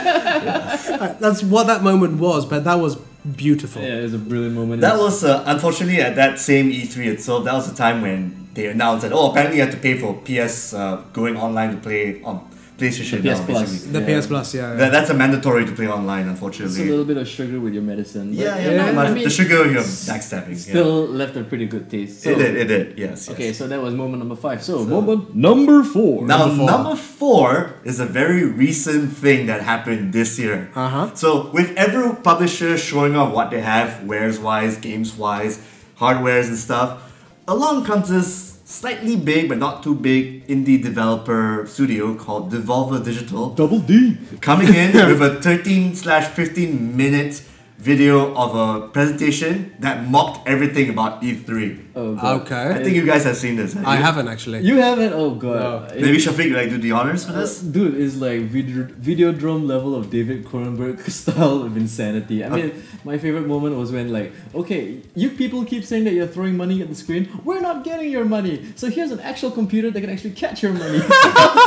Uh, That's what that moment was, but that was beautiful.
Yeah, it was a brilliant moment.
That was uh, unfortunately at that same E3 itself. That was the time when they announced that oh, apparently you have to pay for PS uh, going online to play on PlayStation.
The
now,
PS Plus.
basically.
The
Yeah.
PS Plus, yeah. yeah.
That, that's a mandatory to play online,
Just a
unfortunately.
little bit of sugar with your medicine. but,
Yeah, yeah,
you know,
pretty much.
I mean,
the sugar of your backstabbing. yeah.
still left a pretty good taste. So,
it did, it did. Yes. yes.
Okay, so that was moment number five. So, moment number four.
Now,
Number four.
number four is a very recent thing that happened this year.
Uh-huh.
So, with every publisher showing off what they have, wares wise, games wise, hardwares and stuff, along comes this slightly big but not too big indie developer studio called Devolver Digital
double D.
coming
<laughs>
in with a 13 slash 15 minute video of a presentation that mocked everything about E3.
Oh, god.
I
Okay,
think you guys have seen this. haven't
I
you?
haven't actually.
You haven't? Oh god. It-
Maybe Shafiq like do the honors
Uh,
for this.
Dude is like video videodrome level of David Cronenberg <laughs> style of insanity. I mean, my favorite moment was when like, okay, you people keep saying that you're throwing money at the screen. We're not getting your money. So here's an actual computer that can actually catch your
<laughs>
money.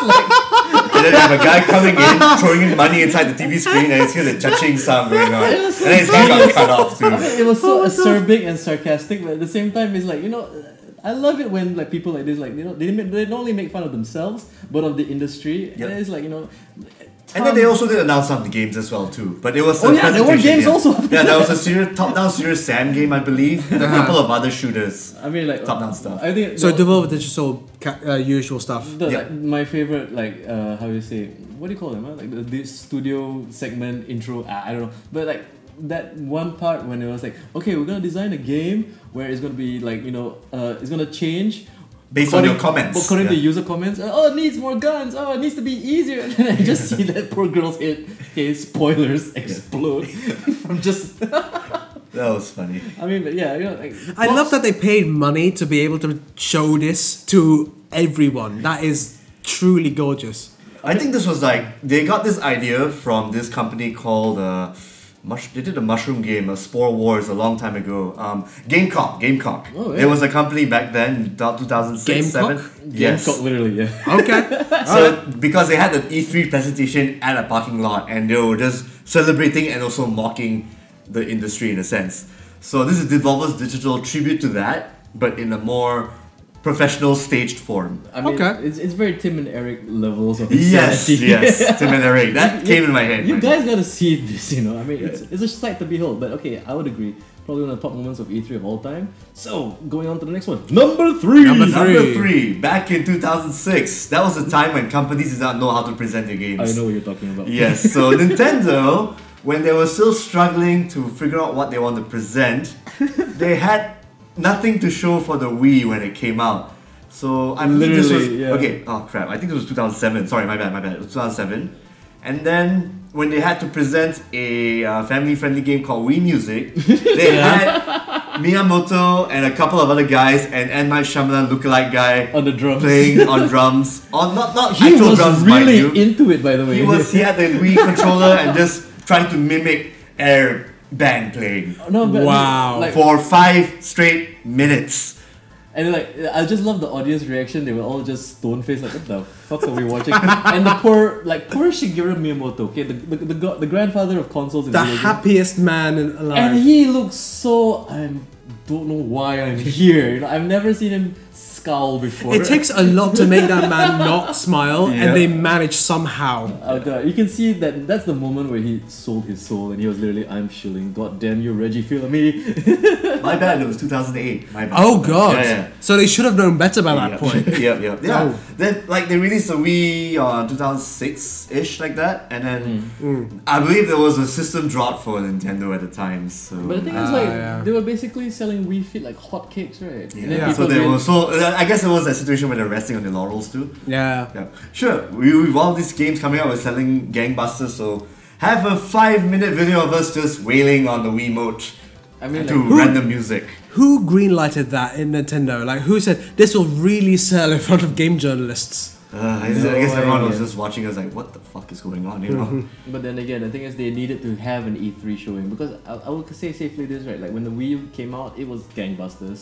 And then you have a guy coming in, throwing in money inside the TV screen, and it's here the judging sound going on. And then his head got cut off
I
too.
mean, it was so acerbic and sarcastic, but at the same time, it's like you know, I love it when like people like this like you know they make, they not only make fun of themselves but of the industry.
Yep.
And it's like you know.
And then they also did announce some of the games as well too. But it was a
Oh, yeah, there were
presentation,
games
yeah.
also.
Yeah, there was a serious top-down serious Sam game, I believe, and a couple of other shooters.
I mean, like
Top-down stuff.
I think
So
no-
Devolver Digital, ca- uh, usual stuff.
The,
Yeah.
like, my favorite, like, uh, how do you say, what do you call them? Huh? Like, the, the studio segment intro, ah, I don't know. But, like, that one part when it was like, okay, we're gonna design a game where it's gonna be, like, you know, uh, it's gonna change
based on your comments.
According to
Yeah.
user comments, uh, oh, it needs more guns. Oh, it needs to be easier. <laughs> And then I just see that poor girl's head, okay, spoilers,
<laughs>
explode from just.
That was funny.
I mean, but yeah, you know, like.
I love that they paid money to be able to show this to everyone. That is truly gorgeous.
I think this was like they got this idea from this company called uh, Mush. They did a mushroom game, a Spore Wars, a long time ago. Um, Gamecock, Gamecock.
Oh, yeah.
There was a company back then, two thousand six, seven.
Gamecock?
Yes.
Gamecock, literally, yeah.
<laughs> Okay.
So because they had the E3 presentation at a parking lot, and they were just celebrating and also mocking the industry in a sense. So this is Devolver's Digital tribute to that, but in a more professional, staged form.
I mean,
Okay.
It's, it's very Tim and Eric levels of
Yes,
insanity. <laughs>
yes, Tim and Eric. That came in my head.
You
man.
guys gotta see this, you know. I mean, it's, it's a sight to behold, but okay, I would agree. Probably one of the top moments of E3 of all time. So, going on to the next one. Number three!
Number three.
Number three, back in 2006, that was a time when companies did not know how to present their games.
I know what you're talking about.
Yes, so Nintendo, when they were still struggling to figure out what they want to
<laughs>
present, they had nothing to show for the Wii when it came out. So I believe this was
Literally, yeah.
okay. Oh crap! I think this was 2007. Sorry, my bad, my bad. It was 2007, and then when they had to present a uh, family-friendly game called
<laughs>
Wii Music, they had Miyamoto and a couple of other guys and and my Shyamalan lookalike guy
On the drums.
playing on drums. On not not
He
actual
was
drums, mind you.
really into it, by the way.
He was <laughs> he had the Wii controller and just trying to mimic air band playing
<laughs> No, but
Wow.
Like,
for five straight minutes.
and like, I just love the audience reaction. They were all just stone faced, like, what the fuck are we watching? and the poor, like, poor Shigeru Miyamoto, okay, the the, the, go- the grandfather of consoles in
The
video games.
happiest man in-
And
alive.
he looks so. I don't know why I'm <laughs> here. You know, I've never seen him scowl before.
It takes a lot to make that man not smile,
Yeah.
and they manage somehow.
<laughs> Out there. You can see that that's the moment where he sold his soul and he was literally, I'm shilling. God damn you, Reggie Fils-Aimé.
My bad, it was 2008. My bad.
Oh god!
Yeah, yeah.
So they should have known better by that
Yep.
point.
yep, yep. <laughs> Yeah.
Oh.
Then like they released the Wii uh, on 2006 ish like that, and then
Mm.
I believe there was a system drop for Nintendo at the time. So
<laughs> But the thing is,
Ah,
like,
yeah.
they were basically selling Wii Fit like hotcakes, right?
yeah.
And then
so
people
they
went-
were so uh, I guess it was that situation where they're resting on their laurels too.
Yeah.
Yeah, sure. We, with all these games coming out, we're selling gangbusters, so have a five minute video of us just wailing on the Wiimote
I mean,
to
like,
random music.
Who greenlighted that in Nintendo? Like, who said this will really sell in front of game journalists?
Uh, I, guess- I
No
guess everyone was
idea.
just watching us like, what the fuck is going
<laughs>
on, you know?
but then again, the thing is, they needed to have an E3 showing because I, I would say safely this, right? Like, when the Wii U came out, it was gangbusters.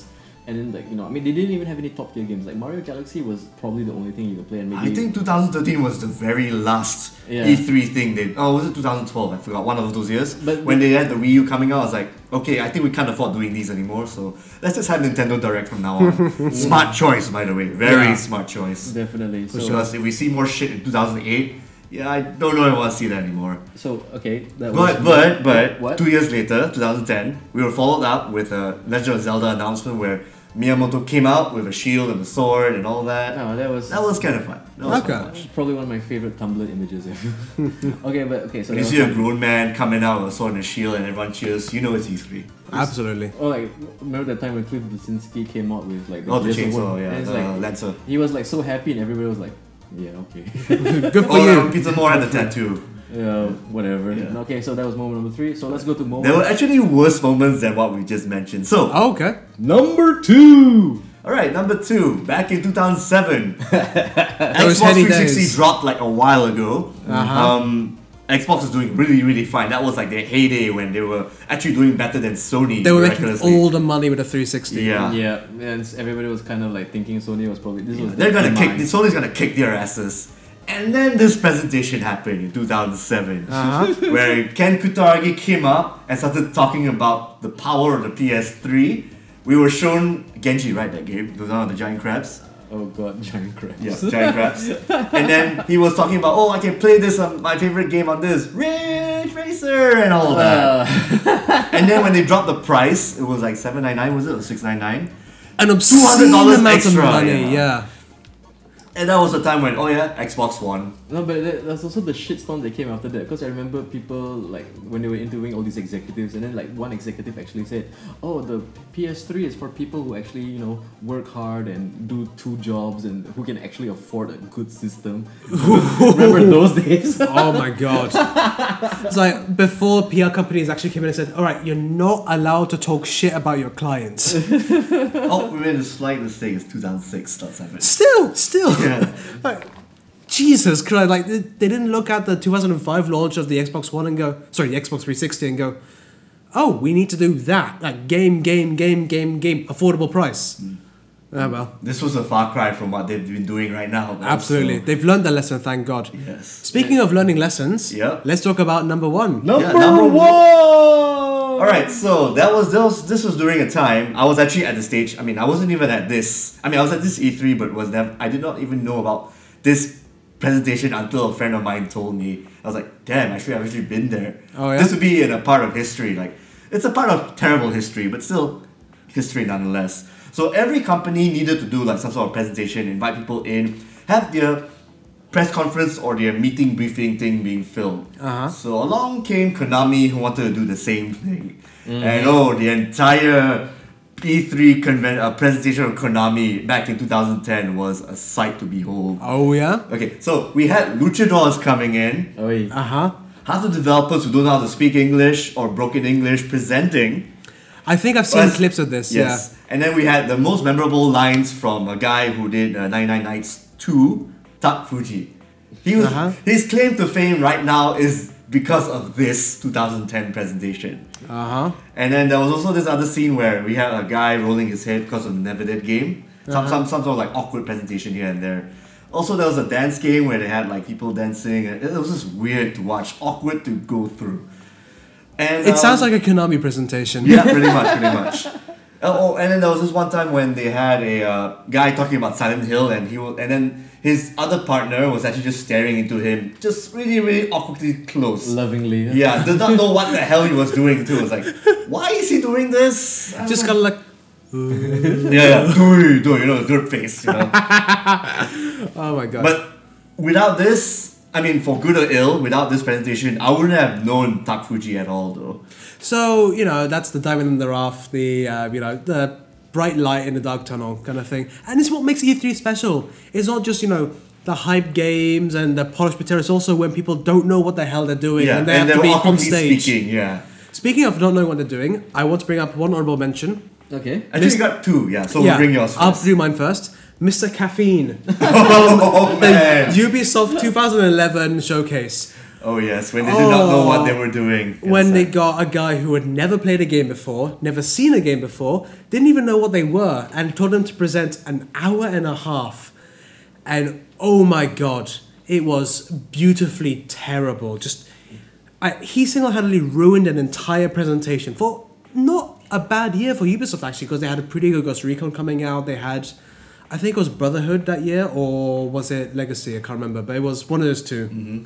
And then, like, you know, I mean, they didn't even have any top tier games. Like, Mario Galaxy was probably the only thing you could play. And maybe
I think 2013 was the very last
Yeah.
E3 thing they. Oh, was it 2012? I forgot. One of those years.
But-
when they had the Wii U coming out, I was like, okay, I think we can't afford doing these anymore, so let's just have Nintendo Direct from
<laughs>
now on. smart choice, by the way. Very
Yeah.
smart choice.
Definitely. So,
Because if we see more shit in 2008, yeah, I don't know if I want to see that anymore.
so okay. That
But
was,
but but
what?
two years later, 2010, we were followed up with a Legend of Zelda announcement where Miyamoto came out with a shield and a sword and all that.
no, that was
That was kind of fun. That was
Okay.
fun to watch.
probably one of my favorite Tumblr images
<laughs>
ever. okay, but okay. So
When you
that
see
was-
a grown man coming out with a sword and a shield and everyone cheers, you know it's E E3.
Absolutely.
Oh, like remember that time when Cliff Blasinski came out with like
Not Oh, the
Jason
chainsaw,
one?
yeah,
And it's
the
like
lancer.
he was like so happy, and everybody was like, "Yeah, okay, <laughs>
Good for
Or uh,
you.
Peter Moore had the tattoo.
yeah, whatever."
Yeah.
Okay, so that was moment number three. So let's go to
There
moment
were actually worse moments than what we just mentioned. So,
Oh, okay.
number two.
All right, number two. Back in 2007,
Those
Xbox
heady
360
days.
dropped like a while ago.
Uh-huh.
Um, Xbox is doing really, really fine. That was like their heyday when they were actually doing better than Sony.
They were making
miraculously.
all the money with a 360.
Yeah.
Yeah, and s- everybody was kind of like thinking Sony was probably this was
They're
their
gonna kick.
demise.
Sony's gonna kick their asses. And then this presentation happened in 2007,
Uh-huh.
<laughs> where Ken Kutaragi came up and started talking about the power of the PS3. We were shown Genji, right? That game, the one of the giant crabs.
Oh god, <laughs> giant crabs.
Yeah, giant crabs. and then he was talking about, oh, I can play this on my favorite game on this, Ridge Racer, and all that.
Uh,
and then when they dropped the price, it was like seven nine nine, was it, or six nine nine?
An
$200
obscene amount
extra,
of money.
yeah.
Yeah.
And that was the time when, oh yeah, Xbox One.
No, but that, that's also the shitstorm that came after that. Because I remember people like when they were interviewing all these executives, and then like one executive actually said, "Oh, the PS3 is for people who actually you know work hard and do two jobs and who can actually afford a good
<laughs>
system." remember those days?
Oh my <laughs> god! it's like before PR companies actually came in and said, "All right, you're not allowed to talk shit about your clients." <laughs>
oh, we made a slight mistake. It's 2006. That's happened.
still, still.
Yeah.
<laughs> Like, Jesus Christ! Like they, they didn't look at the 2005 launch of the Xbox One and go, sorry, the Xbox 360 and go, oh, we need to do that. Like game, game, game, game, game, affordable price. Ah well,
This was a far cry from what they've been doing right now. though,
absolutely. They've learned their lesson, thank God.
so- yes.
Speaking of learning lessons,
Yeah.
let's talk about number
<laughs>
one.
Yeah,
number,
number
one. Oh.
All right, so that was, that was this was during a time I was actually at the stage. I mean, I wasn't even at this. I mean, I was at this E3, but was never. I did not even know about this presentation until a friend of mine told me. I was like, damn, actually, I've actually been there.
Oh, yeah?
This would be in a part of history. Like, it's a part of terrible history, but still history nonetheless. So every company needed to do like some sort of presentation, invite people in, have their press conference or their meeting briefing thing being filmed.
Uh-huh.
So along came Konami who wanted to do the same thing.
Mm-hmm.
And oh, the entire E3 conven- uh, presentation of Konami back in 2010 was a sight to behold.
Oh yeah.
Okay, so we had luchadors coming in,
Oi.
Uh huh.
half the developers who don't know how to speak English or broken English presenting.
I think I've seen
Well,
clips of this.
Yes. And then we had the most memorable lines from a guy who did uh, 99 Nights 2, Tak Fuji. He was,
Uh-huh.
His claim to fame right now is because of this 2010 presentation.
Yeah. Uh huh.
And then there was also this other scene where we had a guy rolling his head because of the Never Dead game. Some,
Uh-huh.
some, some sort of like awkward presentation here and there. Also, there was a dance game where they had like people dancing. and It was just weird to watch, awkward to go through. And
It sounds
um,
like a Konami presentation. <laughs>
yeah, pretty much, pretty much. Oh, oh, and then there was this one time when they had a uh, guy talking about Silent Hill, and he was, and then his other partner was actually just staring into him, just really, really awkwardly close.
Lovingly.
yeah, did not know what the hell he was doing too. It's like, why is he doing this? I
Just
don't-
kind of like,
yeah, <laughs> yeah, do do you know, dirt face, you
<laughs>
know.
oh my god.
But without this, I mean, for good or ill, without this presentation, I wouldn't have known Takuji at all, though.
So you know that's the diamond in the rough, the uh, you know the bright light in the dark tunnel kind of thing, and it's what makes E3 special. It's not just you know the hype games and the polished material. It's also when people don't know what the hell they're doing
Yeah,
and they
and
have
they
to
were
be on
awkwardly
stage.
speaking. Yeah,
Speaking of not knowing what they're doing, I want to bring up one honorable mention.
Okay.
I think you got two. Yeah, so we'll bring yours.
I'll
first.
do mine Oh, first. Mr. Caffeine,
oh
the
man.
Ubisoft 2011 showcase.
oh yes, when they did not know what they were doing.
when they
Yes,
got a guy who had never played a game before, never seen a game before, didn't even know what they were, and told them to present an hour and a half. And oh my god, it was beautifully terrible. Just I, he single-handedly ruined an entire presentation for not a bad year for Ubisoft actually, because they had a pretty good Ghost Recon coming out. They had, I think it was Brotherhood that year, or was it Legacy? I can't remember, but it was one of those 2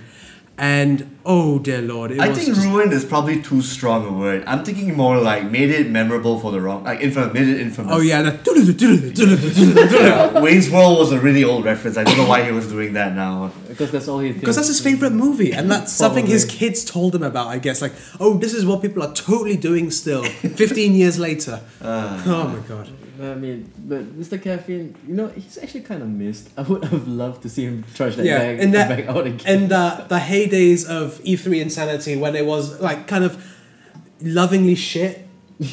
And oh dear lord, it
Mm-hmm. I
was
think
just-
ruined is probably too strong a word. I'm thinking more like made it memorable for the wrong, like infamous, made it infamous.
Oh yeah,
<laughs>
because
Yeah, <laughs> Wayne's World was a really old reference. I don't know why he was doing that now.
Because that's all he thinks.
that's his favorite movie, and that's something his
Probably.
kids told him about. I guess like, oh, this is what people are totally doing
<laughs>
still, fifteen years later.
Ah.
oh my god.
I mean, but Mr. Caffeine, you know, he's actually kind of missed. I would have loved to see him trash that
Yeah,
bag
and that-
back out again.
And uh, the heydays of E3 insanity when it was like kind of
<laughs>
lovingly shit. and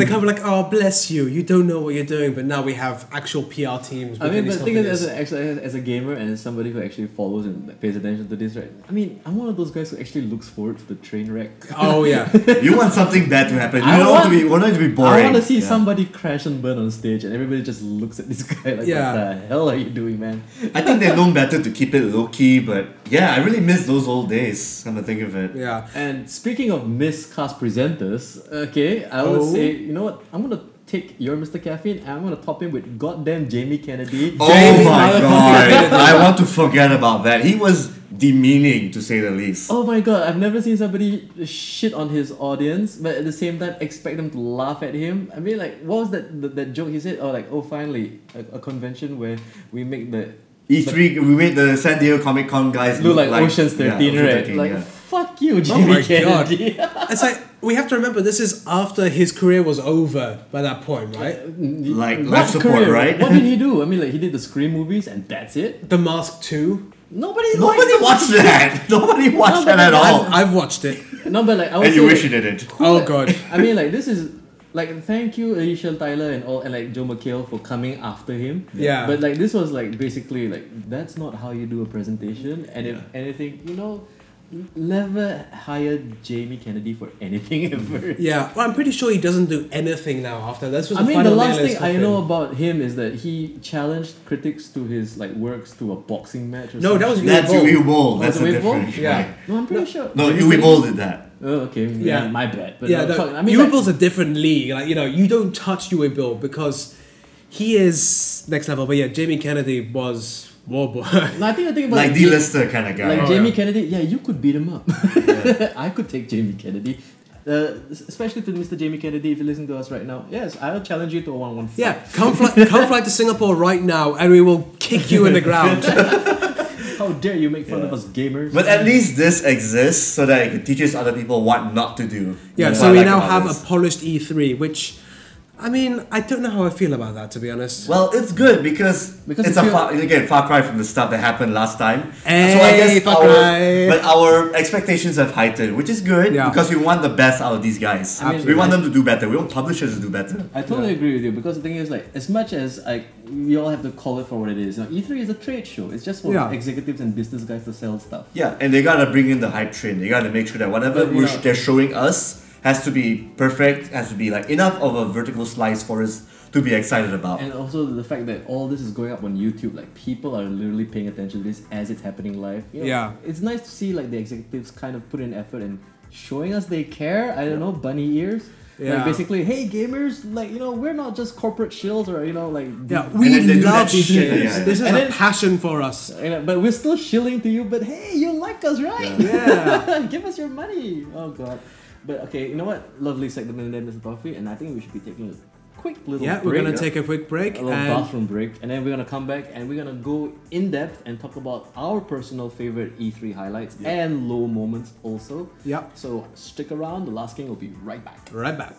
they're kind of like, oh, bless you, you don't know what you're doing, but now we have actual PR teams.
I
within
mean,
these
but the thing is,
companies.
as a, actually, as as a gamer and as somebody who actually follows and like, pays attention to this, right? I mean, I'm one of those guys who actually looks forward to the train wreck.
oh yeah.
<laughs>
You want something bad to happen. You
I
don't want, to
want-
be. Want it to be
I
boring.
want to see
Yeah.
somebody crash and burn on stage, and everybody just looks at this <laughs> guy like,
Yeah.
"What the hell are you doing, man?"
I think they've known better to keep it low key, but yeah, I really miss those old days. Come to think of it.
Yeah.
And speaking of miscast presenters, okay, I would
Oh.
say, you know what? I'm gonna take your Mr. Caffeine, and I'm gonna top him with goddamn Jamie Kennedy.
Oh
Jamie
my
motherfucking
<laughs>
god! I want to forget about that. He was demeaning, to say the least.
Oh my god, I've never seen somebody shit on his audience, but at the same time expect them to laugh at him. I mean, like, what was that that, that joke he said? Oh, like, oh, finally, a, a convention where we make the
E3, E we made the San Diego Comic Con guys
Look like Ocean's 13,
yeah,
right?
Ocean 13,
like,
yeah.
fuck you,
Oh
Jimmy
my god!
Kennedy. <laughs>
it's like we have to remember this is after his career was over by that point, right?
Like
What
life support,
career?
right?
what did he do? I mean, like, he did the Scream movies and that's it?
The Mask Two.
Nobody
<laughs> Nobody
likes <laughs>
watched that. Nobody watched
but
that at
I-
all.
I've, I've watched it.
<laughs> No, but like, I would
and you
say,
wish you
like,
didn't.
Oh god!
<laughs> I mean, like, this is. Like, thank you, Alicia Tyler and all, and like Joe McHale for coming after him.
Yeah.
But like, this was like basically like that's not how you do a presentation. And if anything, you know, never hire Jamie Kennedy for <laughs> anything ever.
Yeah, well, I'm pretty sure he doesn't do anything now after this. Was
I
the
mean, the
final
last
nail
thing
in
I
coffin.
know about him is that he challenged critics to his like works to a boxing match. Or
No, that was
something.
That's
Bowl.
Uwe Bowl. That's
Was it
a
Uwe Boll?
different.
Yeah.
No, I'm pretty sure.
No, Uwe Boll did that.
Oh, okay.
Yeah.
Yeah, my bad. But
yeah,
no,
no,
fuck, I mean,
Uwe
like,
Bill's a different league. Like you know, you don't touch Uwe Bill because he is next level. But yeah, Jamie Kennedy was Warburg.
no, I think the thing about
Like
Ja-
D-lister kind of guy.
like
Oh,
Jamie
yeah.
Kennedy. Yeah, you could beat him up. <laughs> I could take Jamie Kennedy. Uh, especially to Mr. Jamie Kennedy, if you listen to us right now, yes, I'll challenge you to a one-one.
<laughs> yeah, come fly, come fly to Singapore right now, and we will kick you in
<laughs>
the ground.
How dare you make fun
Yeah.
of us gamers?
But at least this exists so that it teaches other people what not to do.
Yeah,
That's
so
what I
we
like
now
about
have
this.
a polished E3, which, I mean, I don't know how I feel about that to be honest.
Well, it's good because,
Because
it's
if
a
you-
far, again far cry from the stuff that happened last time.
Hey, far
our
cry.
but our expectations have heightened, which is good
Yeah.
because we want the best out of these guys.
I mean,
we want
I-
them to do better. We want publishers to do better.
I totally agree with you because the thing is, like, as much as like we all have to call it for what it is, now E three is a trade show. It's just for
Yeah.
executives and business guys to sell stuff.
Yeah, and they gotta bring in the hype train. They gotta make sure that whatever
But, you
we're,
know-
they're showing us has to be perfect. Has to be like enough of a vertical slice for us to be excited about.
And also the fact that all this is going up on YouTube, like people are literally paying attention to this as it's happening live. You know,
Yeah.
it's nice to see like the executives kind of put in effort and showing us they care. I don't know, bunny ears.
Yeah.
Like basically, hey gamers, like you know, we're not just corporate shills or you know, like
yeah,
<laughs>
And
we
then they do that
love
shit,
shit.
yeah, yeah.
This is
And
a
then-
passion for us.
you know, but we're still shilling to you. But hey, you like us, right?
Yeah.
<laughs> Give us your money. Oh god. But okay, you know what? Lovely segment in there, Mr. Toffee, and I think we should be taking a quick little
Yeah, we're
break.
gonna take a quick break.
a little
And
bathroom break, and then we're gonna come back and we're gonna go in depth and talk about our personal favorite E3 highlights and low moments also.
yeah,
So stick around. The last game will be right back.
right back.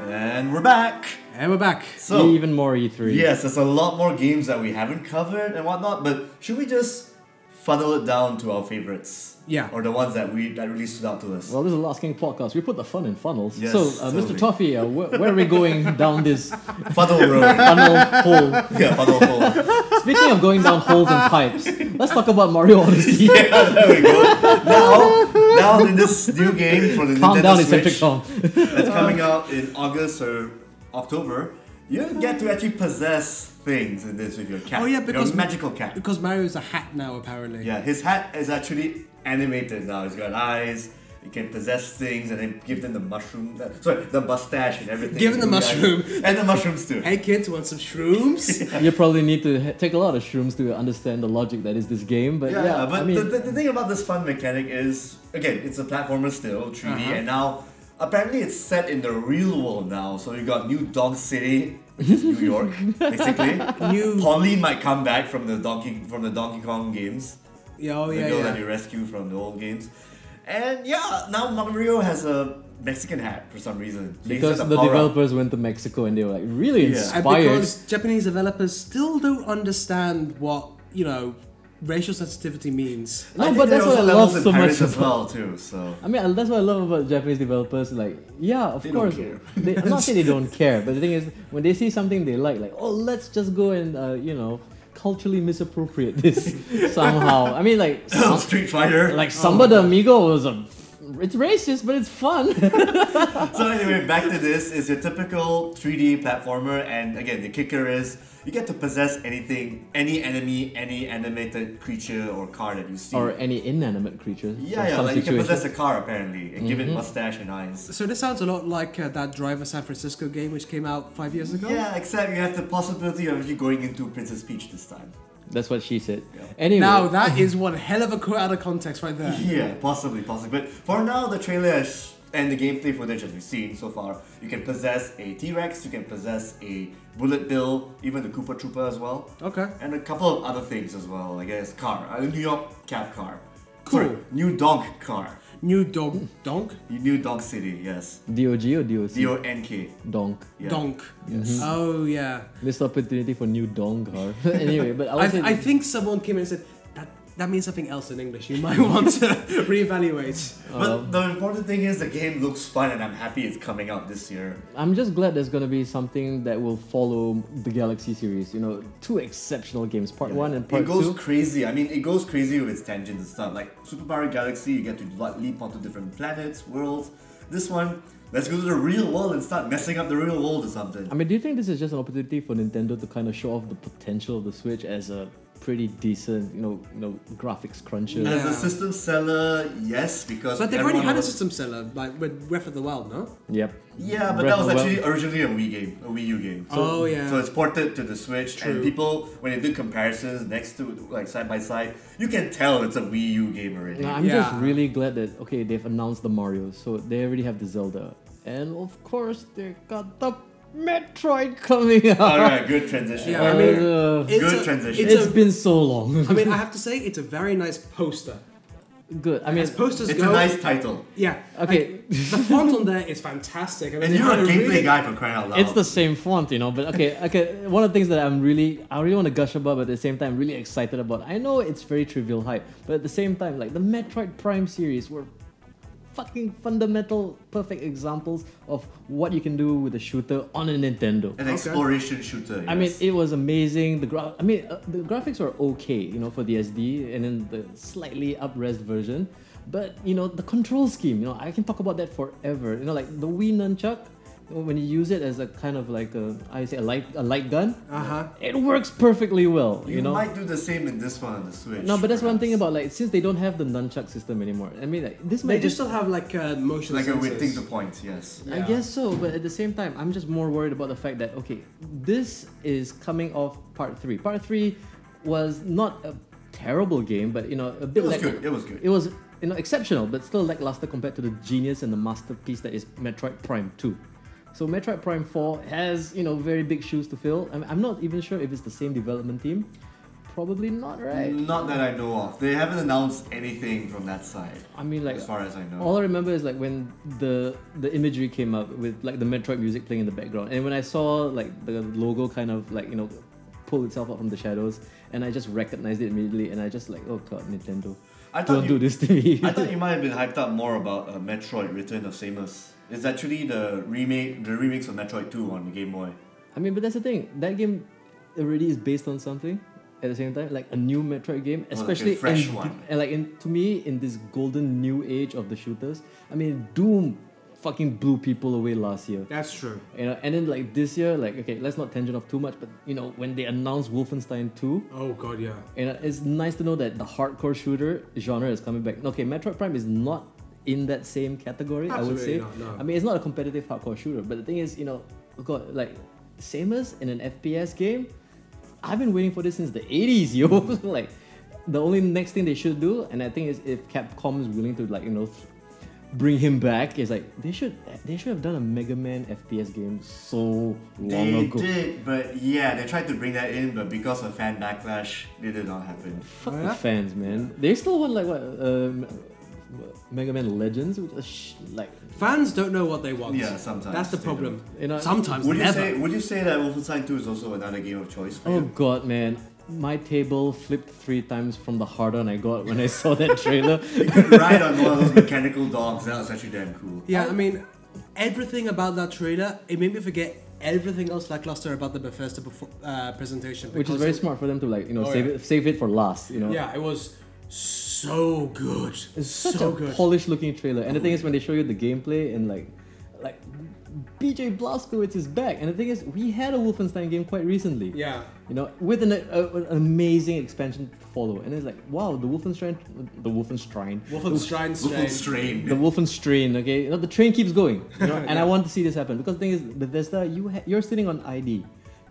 And we're back.
And we're back.
So
even more E E3.
Yes, there's a lot more games that we haven't covered and whatnot, but should we just funnel it down to our favorites?
Yeah.
Or the ones that we that really stood out to us.
Well, this is the last game podcast. We put the fun in funnels.
Yes,
so, uh,
totally.
Mr. Toffee, uh, where, where are we going down this
funnel
<laughs>
road.
funnel hole?
yeah, funnel hole.
Speaking of going down holes and pipes, let's talk about Mario Odyssey.
<laughs> Yeah, there we go. Now now in this new game for the
Calm
Nintendo
down,
Switch
eccentric Tom.
Oh.
that's coming out in August or October, you get to actually possess things in this with your cat.
Oh, yeah, because-
your magical cat.
Because Mario's a hat now, apparently.
Yeah, his hat is actually animated now. He's got eyes. He can possess things and then give them the mushroom. uh, Sorry, the mustache and everything.
Give him the
Yeah,
mushroom.
and the mushrooms too.
Hey kids, want some
<laughs>
shrooms?
You probably need to ha- take a lot of shrooms to understand the logic that is this game, but
Yeah,
yeah,
but
I mean,
the, the, the thing about this fun mechanic is again, it's a platformer still, 3D,
Uh-huh.
and now apparently it's set in the real world now. So you got New Dog City, which is New
<laughs>
York, basically.
New.
Pauline might come back from the Donkey from the Donkey Kong games.
Yeah, oh
the
yeah,
girl that
yeah.
you rescue from the old games. And yeah, now Mario has a Mexican hat for some reason. So he's
because
got
the
power up.
developers went to Mexico and they were like really
Yeah.
And
inspired.
because Japanese developers still don't understand what you know racial sensitivity means.
I
No,
think
but
there
that's
was
what I
levels
love
in
so
Paris
much
as
about.
well too. So <laughs>
I mean, that's what I love about Japanese developers. Like, yeah, of
They don't
course,
care.
they, I'm not saying they don't care, but the thing is, when they see something they like, like, oh, let's just go and uh, you know, culturally misappropriate
<laughs>
this somehow. I mean,
<coughs>
like, some,
Street Fighter.
like Samba de Amigo was a, it's racist, but it's
<laughs>
fun.
so anyway, back to this is your typical 3D platformer, and again, the kicker is you get to possess anything, any enemy, any animated creature or car that you see.
or any inanimate creatures.
yeah,
in
yeah,
some Mm-hmm.
like you can
situations.
possess a car apparently, and give it mustache and eyes.
So this sounds a lot like uh, that Driver San Francisco game which came out five years ago.
Yeah, except you have the possibility of actually going into Princess Peach this time.
That's what she said.
Yeah.
Anyway,
Now that is one hell of a quote out of context right there.
<laughs> Yeah, possibly, possibly. But for now, the trailers and the gameplay footage that we've seen so far, you can possess a T Rex, you can possess a Bullet Bill, even the Koopa Troopa as well,
Okay.
and a couple of other things as well. I guess car, a New York cab car,
Cool.
Sorry, new dog car,
New dog donk
new dog city. Yes,
DOG or DOC?
D O N K.
Donk.
Yeah. Mm-hmm.
donk. Oh yeah.
Missed opportunity for new donk car. <laughs> anyway, but I
I,
was saying,
I think someone came in and said that that means something else in English. You might <laughs> want to reevaluate.
But the important thing is the game looks fun, and I'm happy it's coming out this year.
I'm just glad there's gonna be something that will follow the Galaxy series. You know, two exceptional games, part one and part
it goes
two.
crazy. I mean, it goes crazy with its tangents and stuff. Like Super Mario Galaxy, you get to like, leap onto different planets, worlds. This one, let's go to the real world and start messing up the real world or something.
I mean, do you think this is just an opportunity for Nintendo to kind of show off the potential of the Switch as a pretty decent, you know, you know, graphics cruncher?
Yeah.
As a system seller, yes, because
But they've already
everyone
had a
was-
system seller, like with Breath of the Wild, no?
Yep.
Yeah, but
Breath
that was
of the
actually originally a Wii game, a Wii U game.
oh yeah.
So it's ported to the Switch,
True.
and people when they do comparisons next to like side by side, you can tell it's a Wii U game already.
No, I'm just
Yeah.
really glad that okay, they've announced the Mario, so they already have the Zelda, and of course they got the Metroid coming out.
All right, good transition.
Yeah, I mean,
Uh,
it's
Good
a,
transition.
It's
it's
a,
been so long.
<laughs> I mean, I have to say, it's a very nice poster.
<laughs> Good. I mean,
As posters
it's
go,
a nice title.
yeah.
Okay.
like, the font on there is fantastic. I mean,
And
they
you're a
had
gameplay
really-
guy for crying out loud.
It's the same font, you know. But okay, okay. One of the things that I'm really, I really want to gush about, but at the same time, really excited about. I know it's very trivial hype, but at the same time, like the Metroid Prime series were fucking fundamental, perfect examples of what you can do with a shooter on a Nintendo.
An
Okay.
exploration shooter.
I mean,
yes.
it was amazing. The gra- I mean, uh, the graphics were okay, you know, for the SD, and then the slightly upres version. But you know, the control scheme, you know, I can talk about that forever. You know, like the Wii nunchuck, you know, when you use it as a kind of like a, I say a light, a light gun,
Uh-huh.
it works perfectly well. You,
you
know.
might do the same in this one on the Switch.
no, but that's one thing
perhaps.
about like since they don't have the nunchuck system anymore. I mean, like, this
They
might
just
just
still have like uh, motion
Like a
sensors.
waiting to point, yes.
I
Yeah.
guess so, but at the same time, I'm just more worried about the fact that okay, this is coming off part three. Part three was not a terrible game, but you know a
It
bit
was
like
good. It was good.
it was you know exceptional, but still lackluster compared to the genius and the masterpiece that is Metroid Prime Two. So Metroid Prime Four has you know very big shoes to fill. I'm, I'm not even sure if it's the same development team. Probably not, right?
Not that I know of. They haven't announced anything from that side,
I mean, like
as far as I know.
All I remember is like when the the imagery came up with like the Metroid music playing in the background, and when I saw like the logo kind of like you know pull itself out from the shadows, and I just recognized it immediately, and I just like oh god Nintendo,
I thought
don't
you,
do this to me.
<laughs> I
<laughs>
thought you might have been hyped up more about uh, Metroid Return of Samus. It's actually the remake, the remix of Metroid 2 on the Game Boy.
I mean, but that's the thing. That game already is based on something. At the same time, like a new Metroid game,
Oh, like a
especially
fresh
in-
one.
and like in, to me in this golden new age of the shooters. I mean, Doom fucking blew people away last year.
That's true.
You know, and then like this year, like okay, let's not tangent off too much, but you know, when they announced Wolfenstein 2,
Oh god, yeah.
you know, it's nice to know that the hardcore shooter genre is coming back. Okay, Metroid Prime is not in that same category, I would
Absolutely
say.
not, no.
I mean, it's not a competitive hardcore shooter, but the thing is, you know, God, like Samus in an FPS game, I've been waiting for this since the 80s, yo. <laughs> like, the only next thing they should do, and I think is if Capcom is willing to like you know bring him back, is like they should they should have done a Mega Man FPS game so long
They
ago.
did, but yeah, they tried to bring that in, but because of fan backlash, it did not happen.
Fuck
Oh,
the
yeah?
fans, man. They still want like what um, Mega Man Legends, which is sh- like
Fans don't know what they want.
Yeah, sometimes
That's the
they
problem.
you know.
Sometimes
Would you
never.
say Would you say that Wolfenstein 2 is also another game of choice for
Oh
you?
god, man. My table flipped three times from the hard on I got when I saw that
<laughs>
trailer.
You could ride on one of those mechanical dogs. That was actually damn cool.
Yeah, I mean, everything about that trailer, it made me forget everything else lackluster about the Bethesda befo- uh, presentation.
Which is
because
very
it-
smart for them to like you know
Oh,
save
yeah.
it save it for last you know
Yeah, it was so good.
It's such
so
a
good.
polished looking trailer. And the thing is, when they show you the gameplay and like, like BJ Blazkowicz is back. And the thing is, we had a Wolfenstein game quite recently.
Yeah.
You know, with an, a, an amazing expansion to follow. And it's like, wow, the Wolfenstein, the Wolfenstein,
Wolfenstein Strain.
Wolfenstein.
the Wolfenstein. Okay, you know, the train keeps going. You know, and I want to see this happen because the thing is, Bethesda, you ha- you're sitting on ID.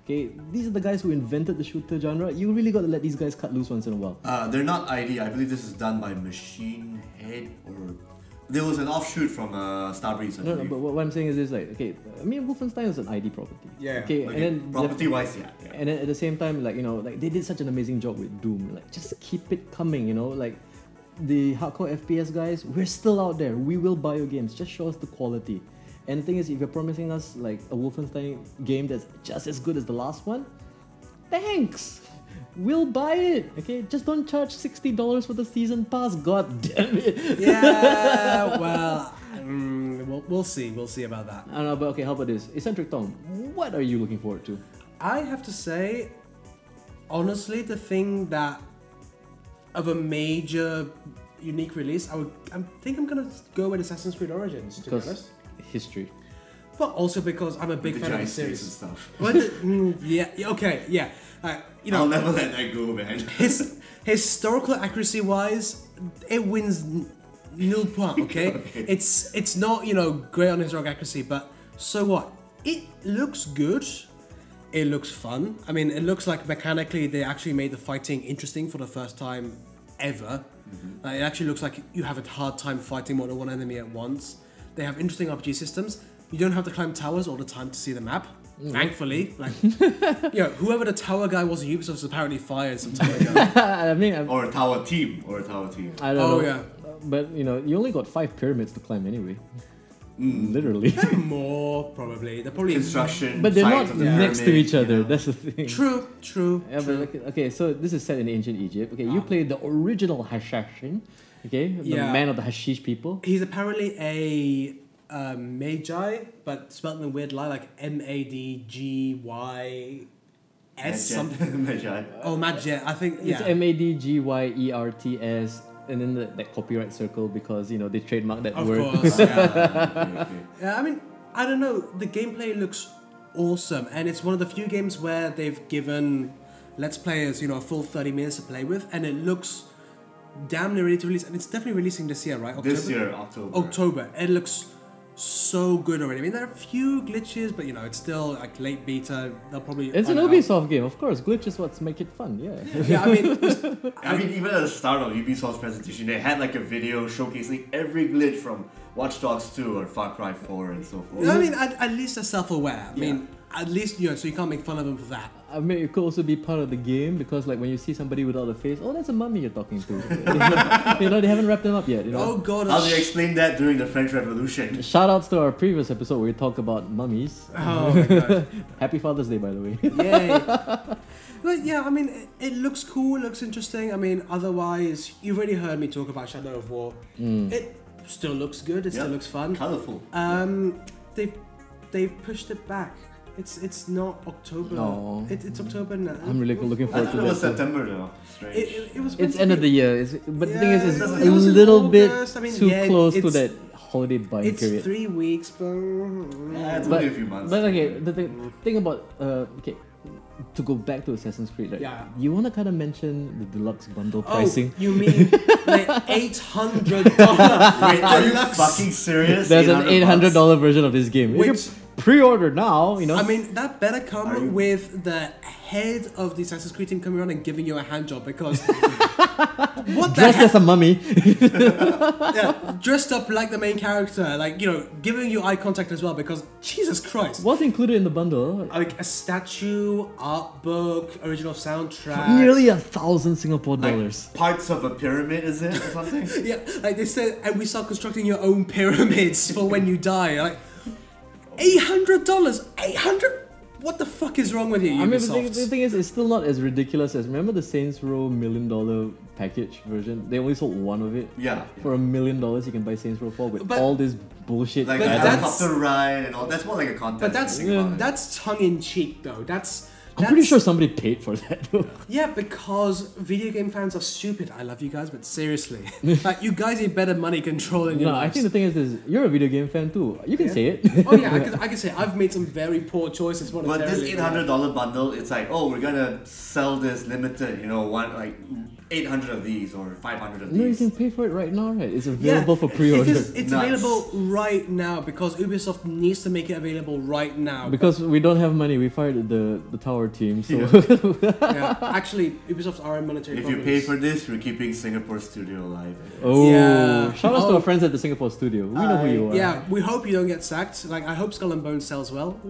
Okay, these are the guys who invented the shooter genre. You really got to let these guys cut loose once in a while.
Uh, they're not ID. I believe this is done by Machine Head or there was an offshoot from uh, Starbreeze. I
No, no,
believe.
but what I'm saying is this: like, okay, I mean, Wolfenstein is an ID property.
Yeah.
Okay,
Like,
and then
property wise, yeah. yeah.
And then at the same time, like you know, like they did such an amazing job with Doom. Like just keep it coming, you know. Like the hardcore FPS guys, we're still out there. We will buy your games. Just show us the quality. And the thing is, if you're promising us like a Wolfenstein game that's just as good as the last one, thanks. We'll buy it. Okay, just don't charge sixty dollars for the season pass. God damn it.
Yeah, well, mm, we'll, we'll see. We'll see about that.
<laughs> I don't know, but okay, how about this? Eccentric Tom, what are you looking forward to?
I have to say, honestly, the thing that of a major unique release, I would I think I'm gonna go with Assassin's Creed Origins to be honest.
Because history. <laughs>
But also because I'm a big
the
fan of the
giant states and
series.
stuff.
But the- mm, yeah, yeah, okay, yeah. Uh, you know,
I'll never let that go, man. <laughs>
his historical accuracy wise, it wins n- nil point. Okay?
Okay.
it's it's not you know great on historical accuracy, but so what? It looks good. It looks fun. I mean, it looks like mechanically they actually made the fighting interesting for the first time ever. Like, it actually looks like you have a hard time fighting more than one enemy at once. They have interesting RPG systems. You don't have to climb towers all the time to see the map. Thankfully, like you know, whoever the tower guy was at Ubisoft was apparently fired some time ago.
I mean, I'm,
or a tower team. Or a tower team.
I don't know.
Oh, yeah.
Uh, But you know, you only got five pyramids to climb anyway.
Mm. <laughs>
Literally.
They're more probably. They're probably
Construction.
but they're
sites
not
of the
next to
pyramid,
each
you
other.
know.
That's the thing.
True, true,
Yeah, but
true. Ah.
okay, okay, so this is set in ancient Egypt. Okay, you play the original Hashishin. Okay, the
Yeah.
man of the Hashish people.
He's apparently a um, magi, but spelled in a weird lie, like M A D G Y S something.
<laughs> Magi.
<laughs>
Oh, magi. I think yeah.
It's M A D G Y E R T S, and then the, that copyright circle because you know they trademarked that
of
word.
course. Yeah.
Okay, okay.
yeah. I mean, I don't know. The gameplay looks awesome, and it's one of the few games where they've given let's players you know a full thirty minutes to play with, and it looks damn near ready to release. And it's definitely releasing this year, right?
This
October?
year, October.
October. It looks so good already. I mean, there are a few glitches, but you know, it's still like late beta. They'll probably.
<laughs> It's an
iron out.
Ubisoft game, of course. Glitch is what's make it fun. Yeah.
Yeah, I mean, it's-
<laughs>
I mean, even at the start of Ubisoft's presentation, they had like a video showcasing every glitch from Watch Dogs 2 or Far Cry 4 and so forth.
I mean, at, at least they're self-aware. I mean, at least you know, so you can't make fun of them for that.
I mean, it could also be part of the game because, like, when you see somebody without a face, oh, that's a mummy you're talking to. <laughs> you know, they haven't wrapped them up yet. You
Oh
know.
god,
How
oh,
do you explain that during the French <laughs> Revolution?
Shout outs to our previous episode where we talked about mummies.
oh my god.
<laughs> Happy Father's Day, by the way.
Yay. But yeah, I mean, it, it looks cool, it looks interesting. I mean, otherwise, you've already heard me talk about Shadow of War.
Mm.
It still looks good. It still
Yeah.
looks fun.
Colorful.
Um, they they pushed it back. It's it's not October.
No.
It, it's October now.
I'm really looking
I
forward
thought
to
it was
that. too.
September though. Strange.
It, it, it was. meant
It's
to
end
be-
of the year, it's, but the thing is, it's
Yeah,
a
it was in
little bit
August. I mean,
too
yeah,
close to
it's-
that holiday buying
It's
period.
three weeks, but
Yeah, it's
But-
only a few months.
But okay, the thing, thing about uh, okay, to go back to Assassin's Creed, right?
Yeah.
You want to kind of mention the deluxe bundle
Oh,
pricing?
you
<laughs>
mean like eight hundred
<laughs>
dollars?
Wait, are
<laughs>
you fucking serious?
There's an eight hundred
bucks?
dollar version of this game. You
Which-
can pre-order now, you know.
I mean, that better come
Are you-
with the head of the Assassin's Creed team coming around and giving you a hand
<laughs>
job because what the
dressed
heck?
as a mummy. <laughs>
Yeah, dressed up like the main character, like you know, giving you eye contact as well because Jesus Christ.
What's included in the bundle?
like a statue, art book, original soundtrack.
Nearly a thousand Singapore
Like,
dollars.
parts of a pyramid, is it, or
<laughs>
something?
Yeah, like they said, and we start constructing your own pyramids for when you die. Like, eight hundred dollars, eight hundred. What the fuck is wrong with you,
I mean, the
Ubisoft?
thing, the thing is, it's still not as ridiculous as remember the Saints Row million dollar package version. They only sold one of it.
yeah.
For a million dollars, you can buy Saints Row Four with
But-
all this bullshit.
Like
But
a
that's-
helicopter ride and all. That's more like a contest.
mm,
but that's
thing about it.
that's tongue in cheek, though. That's
I'm pretty
That's-
sure somebody paid for that. though.
Yeah, because video game fans are stupid. I love you guys, but
<laughs>
seriously, like you guys need better money controlling your
no, I
lives.
think the thing is, is you're a video game fan too. You can
Yeah.
say it. <laughs>
oh yeah, I can, I can say I've made some very poor choices
But
monetarily.
this eight hundred dollar bundle, it's like, oh, we're gonna sell this limited, you know, one like eight hundred of these or five hundred of
no, you
these.
can pay for it right now, right? It's
Yeah,
available for pre-order.
It is, it's
Nuts.
available right now because Ubisoft needs to make it available right now.
Because we don't have money, we fired the, the tower team. So
yeah, actually, Ubisoft's are in monetary
If you
problems.
pay for this, we're keeping Singapore studio alive.
<laughs> oh,
Yeah.
shout out to
Oh.
our friends at the Singapore studio. We know who you are.
Yeah, we hope you don't get sacked. Like, I hope Skull and Bones sells well. <laughs>
<laughs>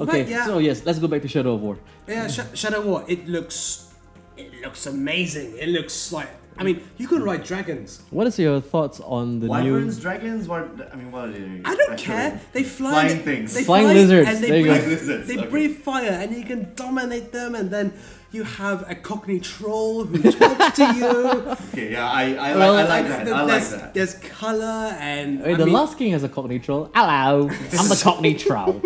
Okay.
But yeah.
So yes, let's go back to Shadow of War.
Yeah, Sh- Shadow War. It looks, it looks amazing. It looks like. I mean, you could ride dragons.
What is your thoughts on the
Wyverns, dragons, what? I mean, what are they?
I don't
Actually,
care. They fly.
Flying things.
They
Flying lizards,
And they
there you go.
breathe,
Flying lizards,
They
okay.
breathe fire, and you can dominate them. And then you have a Cockney troll who talks to you.
Okay, yeah, I, <laughs> I,
Well,
like, I like
Th-
that.
th-
I like
there's,
that.
There's color and.
new? Wait,
I
the
mean,
last king has a Cockney troll. Hello, I'm the Cockney <laughs> troll.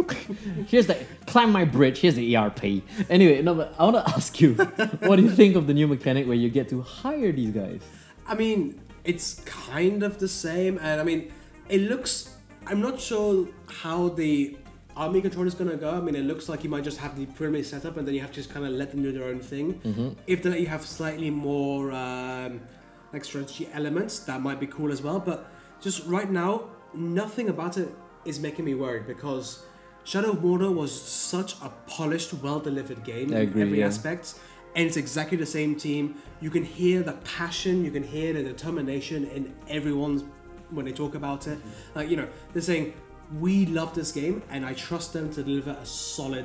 Here's the climb my bridge. Here's the ERP. Anyway, no, but I want to <laughs> ask you, what do you think of the new mechanic where you get to hire these guys?
I mean, it's kind of the same, and I mean, it looks. I'm not sure how the army control is gonna go. I mean, it looks like you might just have the preliminary setup, and then you have to just kind of let them do their own thing.
Mm-hmm.
If they let you have slightly more um, like strategy elements, that might be cool as well. But just right now, nothing about it is making me worried because Shadow of Mordor was such a polished, well delivered game
I
in
agree,
every
yeah.
aspect aspects, and it's exactly the same team. You can hear the passion, you can hear the determination in everyone's when they talk about it. Like you know, they're saying we love this game, and I trust them to deliver a solid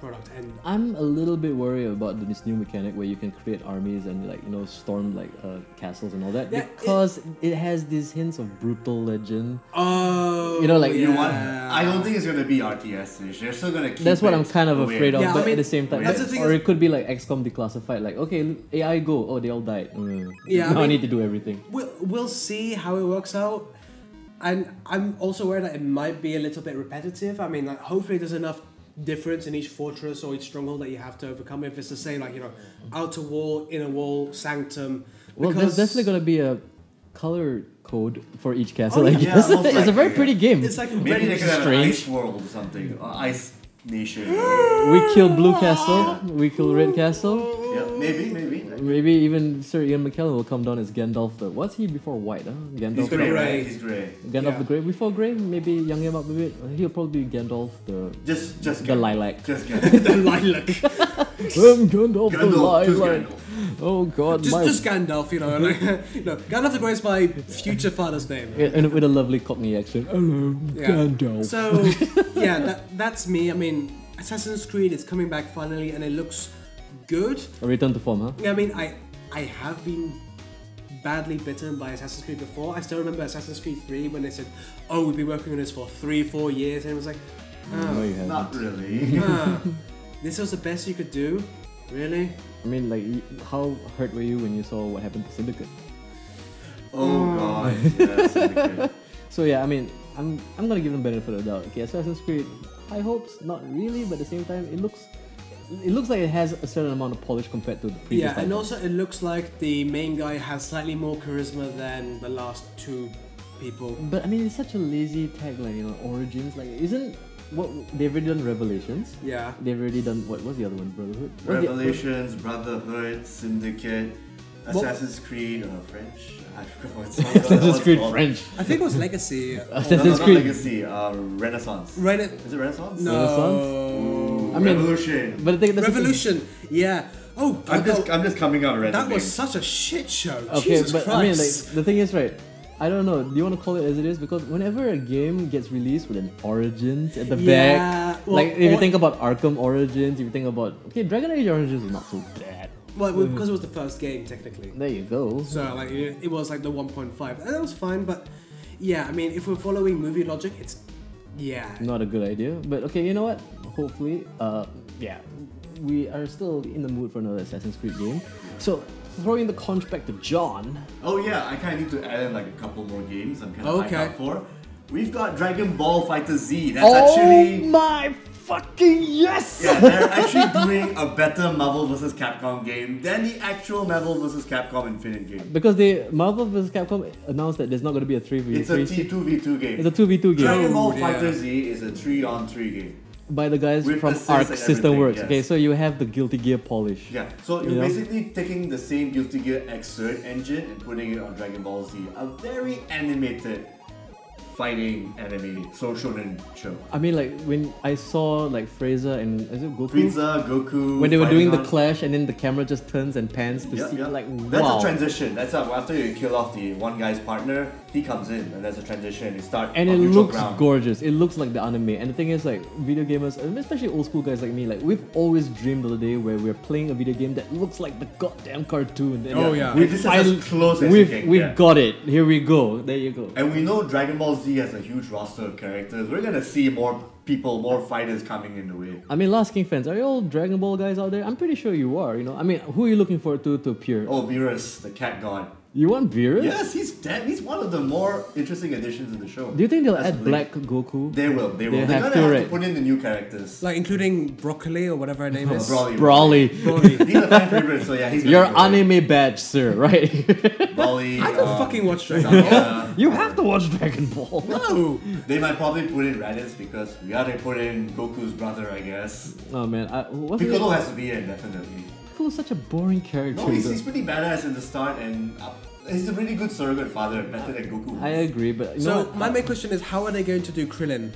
product. And
I'm a little bit worried about this new mechanic where you can create armies and like you know storm like uh, castles and all that
Yeah, it-
because it, has these hints of brutal legend.
oh,
You know, like,
You
you
want?
yeah.
I don't think it's gonna be RTS. They're still gonna keep.
That's what
it
I'm kind of
weird.
afraid of.
Yeah, I
but
mean,
at the same time,
that's
the thing
or
is-
it could be like XCOM declassified. Like okay, look, AI go. Oh, they all died. Mm.
Yeah, I
now I,
mean-
need to do everything.
We'll, we'll see how it works out. And I'm also aware that it might be a little bit repetitive. I mean, like, hopefully there's enough difference in each fortress or each stronghold that you have to overcome. If it's the same, like, you know, outer wall, inner wall, sanctum.
Well, there's
because
definitely gonna be a color code for each castle.
Oh,
I
yeah.
guess
Yeah,
<laughs>
most
it's a
likely,
very
yeah.
pretty game.
It's like
Maybe they
red-
could have an
Strange.
ice world or something, or ice nation.
<gasps>
yeah,
we kill blue
<laughs>
castle. We kill red castle.
maybe, maybe.
Maybe even Sir Ian McKellen will come down as Gandalf the. What's he before White? Huh?
He's
Gandalf the.
grey,
Grey.
right? He's grey.
Gandalf
Yeah.
the Grey. Before Grey, maybe young him up a bit. He'll probably be Gandalf the.
Just, just
The
Gandalf.
lilac.
Just Gandalf.
<laughs>
the lilac.
I'm Gandalf, the
Gandalf, just
lilac.
Gandalf.
Oh god,
Just,
my.
just Gandalf, you know. <laughs> Like, no, Gandalf the Grey is my future father's name.
Yeah, <laughs> and with a lovely Cockney accent. Hello,
Oh, Yeah.
Gandalf.
So yeah, that, that's me. I mean, Assassin's Creed is coming back finally, and it looks good.
A return to form, huh?
Yeah, I mean, I I have been badly bitten by Assassin's Creed before. I still remember Assassin's Creed 3 when they said, "Oh, we've been working on this for three, four years," and it was like,
No,
"Oh,
you haven't.
Not
Mm-hmm.
<laughs>
really.
ah, this was the best you could do, really."
I mean, like, y- how hurt were you when you saw what happened to Syndicate?
Mm.
Oh god.
<laughs>
Yes, okay.
So yeah, I mean, I'm I'm gonna give them benefit of the doubt. Okay, Assassin's Creed, high hopes, not really, but at the same time, it looks it looks like it has a certain amount of polish compared to the previous.
Yeah, and
titles.
also it looks like the main guy has slightly more charisma than the last two people.
But I mean, it's such a lazy tagline, you know, Origins. Like, isn't what they've already done Revelations?
Yeah.
They've already done what was the other one? Brotherhood. What's the-
Revelations, Brotherhood, Syndicate,
Well-
Assassin's Creed, uh, French. I forgot
<laughs>
what's
Assassin's Creed French.
I think it was
<laughs>
Legacy. or-
Oh, No, no,
Assassin's
not
Creed.
Legacy. Uh, Renaissance.
Right at-
Is it Renaissance?
No.
Ooh,
I mean-
Revolution.
But the thing, that's the thing-
Revolution. Yeah. Oh,
I'm
God,
just, I'm just coming out
that
randomly.
was such a shit show.
Okay,
Jesus
but
Christ.
I mean, like, the thing is, right? I don't know. Do you want to call it as it is? Because whenever a game gets released with an Origins at the
Yeah,
back,
well,
like if you
or-
think about Arkham Origins, if you think about okay, Dragon Age Origins is not so bad.
Well, well, because it was the first game technically,
There you go.
so like it it was like the 1.5, and that was fine. But yeah, I mean, if we're following movie logic, it's yeah,
Not a good idea. But okay, you know what? Hopefully, uh, yeah, we are still in the mood for another Assassin's Creed game. So throwing the conch back to John.
Oh yeah, I kind of need to add in like a couple more games. I'm kind of
Okay.
out for. We've got Dragon Ball Fighter Z. That's
oh
actually
my fucking yes!
Yeah, they're actually doing a better Marvel vs. Capcom game than the actual Marvel vs. Capcom Infinite game.
Because they Marvel vs. Capcom announced that there's not going to be a three v
It's a
three.
T2v2 game.
It's a two v two game
Dragon Ball
Oh, yeah.
Fighter Z is a 3 on 3 game.
by the guys
With
from
assists
Arc
and
System
everything,
Works.
yes.
Okay, so you have the Guilty Gear polish.
Yeah, so you're
Yeah.
basically taking the same Guilty Gear X Surge engine and putting it on Dragon Ball Z, a very animated fighting anime, so shonen show.
I mean, like when I saw like Fraser and is it Goku
Frieza, Goku.
Hmm. when they were doing the
Fairygon.
clash, and then the camera just turns and pans to
Yeah,
see
yeah.
like wow.
That's a transition. That's how after you kill off the one guy's partner, he comes in and that's a transition. You start
and
on
it
neutral
looks
ground.
gorgeous. It looks like the anime. And the thing is, like video gamers, and especially old school guys like me, like we've always dreamed of the day where we're playing a video game that looks like the goddamn cartoon. And
Oh, yeah.
And this is as
finally-
close as
We've
you can
we've
get.
got it. Here we go. There you go.
and we know Dragon Ball Z has a huge roster of characters. We're gonna see more people, more fighters coming in the way.
I mean, Last King fans, are you all Dragon Ball guys out there? I'm pretty sure you are. You know, I mean, who are you looking forward to to appear?
Oh, Beerus, the cat god.
You want Beerus?
Yes, he's dead. He's one of the more interesting additions in the show.
Do you think they'll
That's
add
Blink.
Black Goku?
They will. They will.
They
They are
have
gonna
to,
have to
right?
put in the new characters.
Like including broccoli or whatever her name
Oh,
is.
Broly.
<laughs> Broly,
<laughs>
Broly.
He's a fan favorite, so yeah, he's
your
gonna be
anime badge, sir. Right?
good. Broly.
I can
um,
fucking watch Dragon
<laughs>
Sangha.
you have to watch Dragon Ball.
No.
They might probably put in Raditz because we gotta put in Goku's brother, I guess.
<laughs> Oh man, I, what's
Piccolo has to be in, definitely.
Goku's such a boring character.
No, he's,
though.
he's pretty badass in the start and uh, he's a really good surrogate father, better than Goku. was.
I agree, but you know
So
what?
my main question is, how are they going to do Krillin?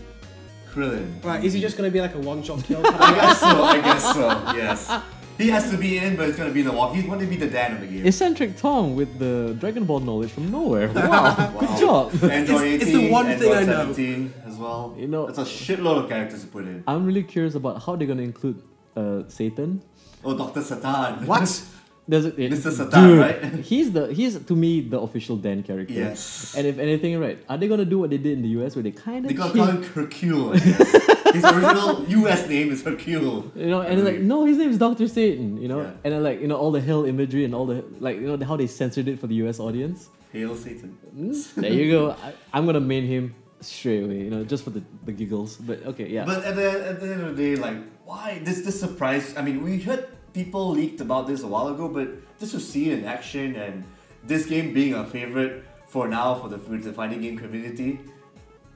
Krillin.
Right, is he just going to be like a one-shot kill?
I guess so, I guess so, yes. He has to be in, but it's gonna be in the walk. He's gonna be the Dan of the game.
eccentric Tom with the Dragon Ball knowledge from <laughs> nowhere. Wow, good job. <laughs>
Android 18,
It's- it's the one
Android
thing I know.
17 as well.
You know-
That's a shitload of characters to put in.
I'm really curious about how they're gonna include uh, Satan.
Oh, Dr. Satan.
what?
There's a, it-
Mr. Satan,
dude,
right? <laughs>
He's the he's to me the official Dan character.
Yes.
And if anything, right? Are they gonna do what they did in the US, where they kind of
<laughs> They gotta call him Hercule, I
<laughs>
guess. His original US name is Hercule.
You know,
I
and it's like,
believe.
no, his name is Doctor Satan. You know,
Yeah.
and then like, you know, all the hell imagery and all the like, you know, how they censored it for the U.S.
<laughs>
audience.
Hail Satan.
Mm.
there you go. I, I'm gonna main him straight away. You know, just for the, the giggles. But okay, yeah.
But at the, at the end of the day, like, why this this surprise? I mean, we heard people leaked about this a while ago, but just to see it in action and this game being a favorite for now for the with the fighting game community,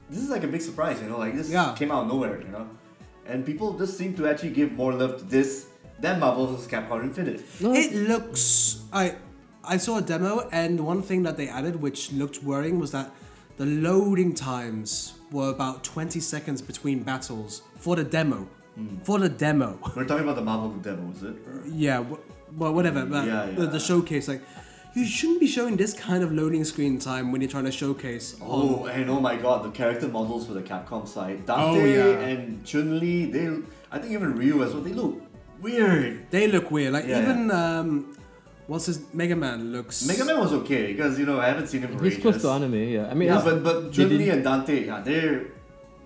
this is like a big surprise. You know, like this
Yeah.
came out of nowhere. You know, and people just seem to actually give more love to this than Marvel vs. Capcom Infinite.
no,
It looks. I I saw a demo, and one thing that they added, which looked worrying, was that the loading times were about 20 seconds between battles for the demo.
Hmm.
For the demo. <laughs>
We're talking about the Marvel demo, is it? Or-
yeah, wh- well, whatever. But
Yeah,
The,
yeah.
the showcase, like, you shouldn't be showing this kind of loading screen time when you're trying to showcase.
Oh, and oh my god, the character models for the Capcom side, Dante
Oh, yeah.
and Chun Li, they, I think even Ryu as well, they look weird.
They look weird. Like,
Yeah,
even. Um, What's his Mega Man looks?
Mega Man was okay because you know I haven't seen him for
he's
ages.
close to anime. Yeah, I mean,
yeah,
it's-
but but
they
Chun Li
didn't-
and Dante, yeah, they're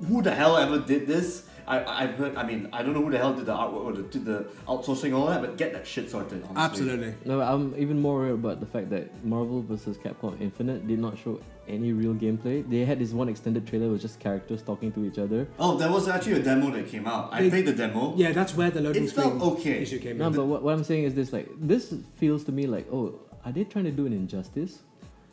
who the hell ever did this? I I've heard. I mean, I don't know who the hell did the artwork or the, did the outsourcing all that, but get that shit sorted. Honestly.
Absolutely.
No, I'm even more worried about the fact that Marvel vs. Capcom Infinite did not show any real gameplay. They had this one extended trailer with just characters talking to each other.
Oh, there was actually a demo that came out. I
They-
played the demo.
Yeah, that's where the loading
It
screen
felt okay.
issue came
No,
in.
but what, what I'm saying is this: like, this feels to me like, oh, are they trying to do an injustice?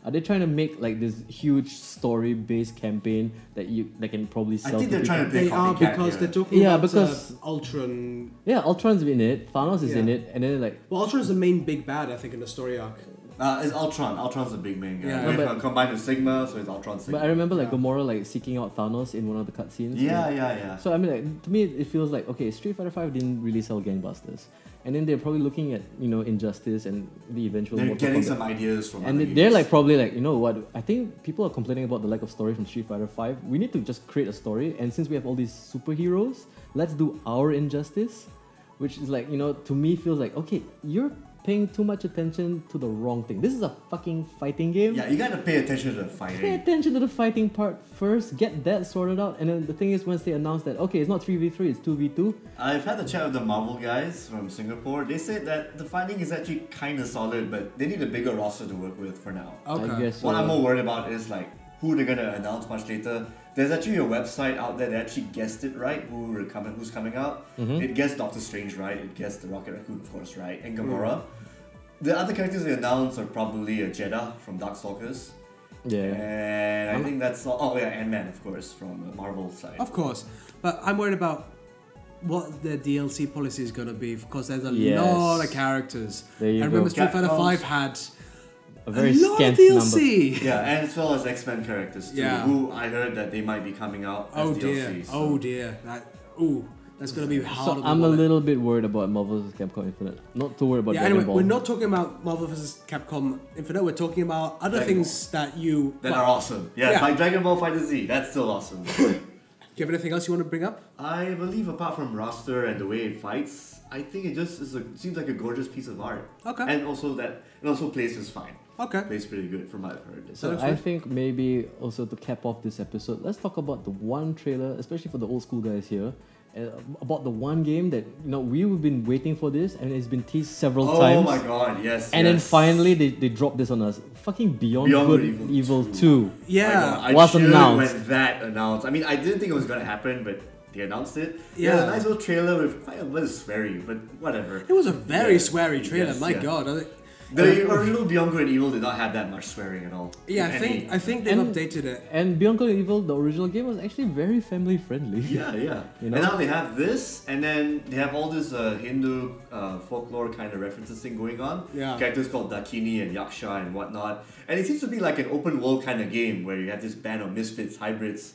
Are they trying to make like this huge story-based campaign that you that can probably
I
sell? to
think they're
people?
trying to play
They are
copycat,
because
yeah.
they're talking
Yeah,
about
because-
uh, Ultron.
Yeah, Ultron's in it. Thanos is in
Yeah.
it, and then like
Well, Ultron's the main big bad, I think, in the story arc.
Uh, it's Ultron. Ultron's the big man.
Yeah.
Yeah.
No,
We've
but-
uh, combined with Sigma, so it's Ultron Sigma.
But I remember like
Yeah.
Gamora like seeking out Thanos in one of the cutscenes.
yeah, yeah, yeah.
So I mean, like, to me, it feels like okay, Street Fighter Five didn't really sell gangbusters, and then they're probably looking at you know Injustice and the eventual.
They're
Mortal
getting
Kombat.
some ideas from
And
other
they're
games.
like probably like you know what I think people are complaining about the lack of story from Street Fighter Five. We need to just create a story, and since we have all these superheroes, let's do our Injustice, which is like you know to me feels like okay, you're paying too much attention to the wrong thing. This is a fucking fighting game
yeah, you gotta pay attention to the
pay
fighting.
attention to the fighting part first, get that sorted out, and then the thing is once they announce that okay, it's not 3v3, it's 2v2.
I've had a chat with the Marvel guys from Singapore. They said that the fighting is actually kind of solid, but they need a bigger roster to work with for now.
Okay.
I guess
What
uh,
I'm more worried about is like who they're gonna announce much later. There's actually a website out there that actually guessed it right. Who are coming? Who's coming out?
Mm-hmm.
It guessed Doctor Strange right. It guessed the Rocket Raccoon, of course, right, and Gamora. The other characters they announced are probably a Jeddah from Darkstalkers,
Yeah.
and I think that's all. Oh yeah, Ant Man, of course, from the Marvel side.
Of course, but I'm worried about what their DLC policy is going to be because there's a
Yes.
lot of characters.
There you
I
go.
remember Street Fighter
Capcoms.
Five had
A
a
very
lot of
scant number.
DLC.
Yeah, and as well as X Men characters too,
Yeah.
who I heard that they might be coming out as
Oh
DLC.
dear!
so-
Oh dear! That ooh, that's going to be hard.
So
on the
I'm a
wallet.
little bit worried about Marvel vs. Capcom Infinite. Not too worried about
Yeah,
Dragon
anyway,
Ball.
we're not talking about Marvel vs. Capcom Infinite. We're talking about other
Dragon
things that you.
That
well,
are awesome. Yeah,
Yeah.
like Dragon Ball Fighter Z, that's still awesome.
Do you have anything else you want to bring up?
I believe apart from roster and the way it fights, I think it just is a, seems like a gorgeous piece of art.
Okay.
And also that, and also plays is fine.
Okay.
Plays pretty good from what I've heard.
So
Sounds
I
good.
think maybe also to cap off this episode, let's talk about the one trailer, especially for the old school guys here, uh, about the one game that you know we've been waiting for this and it's been teased several
oh
times.
my god, yes.
And then
yes.
finally they, they dropped this on us. Fucking Beyond,
Beyond
Good
Good Evil
Evil, 2.
2. My God,
Yeah.
uh, I
Was
was announced.
announced.
When that announced, I mean, I didn't think it was gonna happen, but they announced it.
Yeah.
a nice little trailer with quite a bit of sweary, but whatever.
It was a very
Yeah.
sweary trailer.
Yes,
My
yeah.
God. uh, I, think-
The original Beyond Good and Evil did not have that much swearing at all.
yeah, I
If
think
any.
I think they've
And-
updated it.
And Beyond Good Evil, the original game, was actually very family friendly.
Yeah, yeah.
You know?
And now they have this, and then they have all this uh, Hindu uh, folklore kind of references thing going on.
Yeah.
Characters called Dakini and Yaksha and whatnot. And it seems to be like an open world kind of game where you have this band of misfits, hybrids,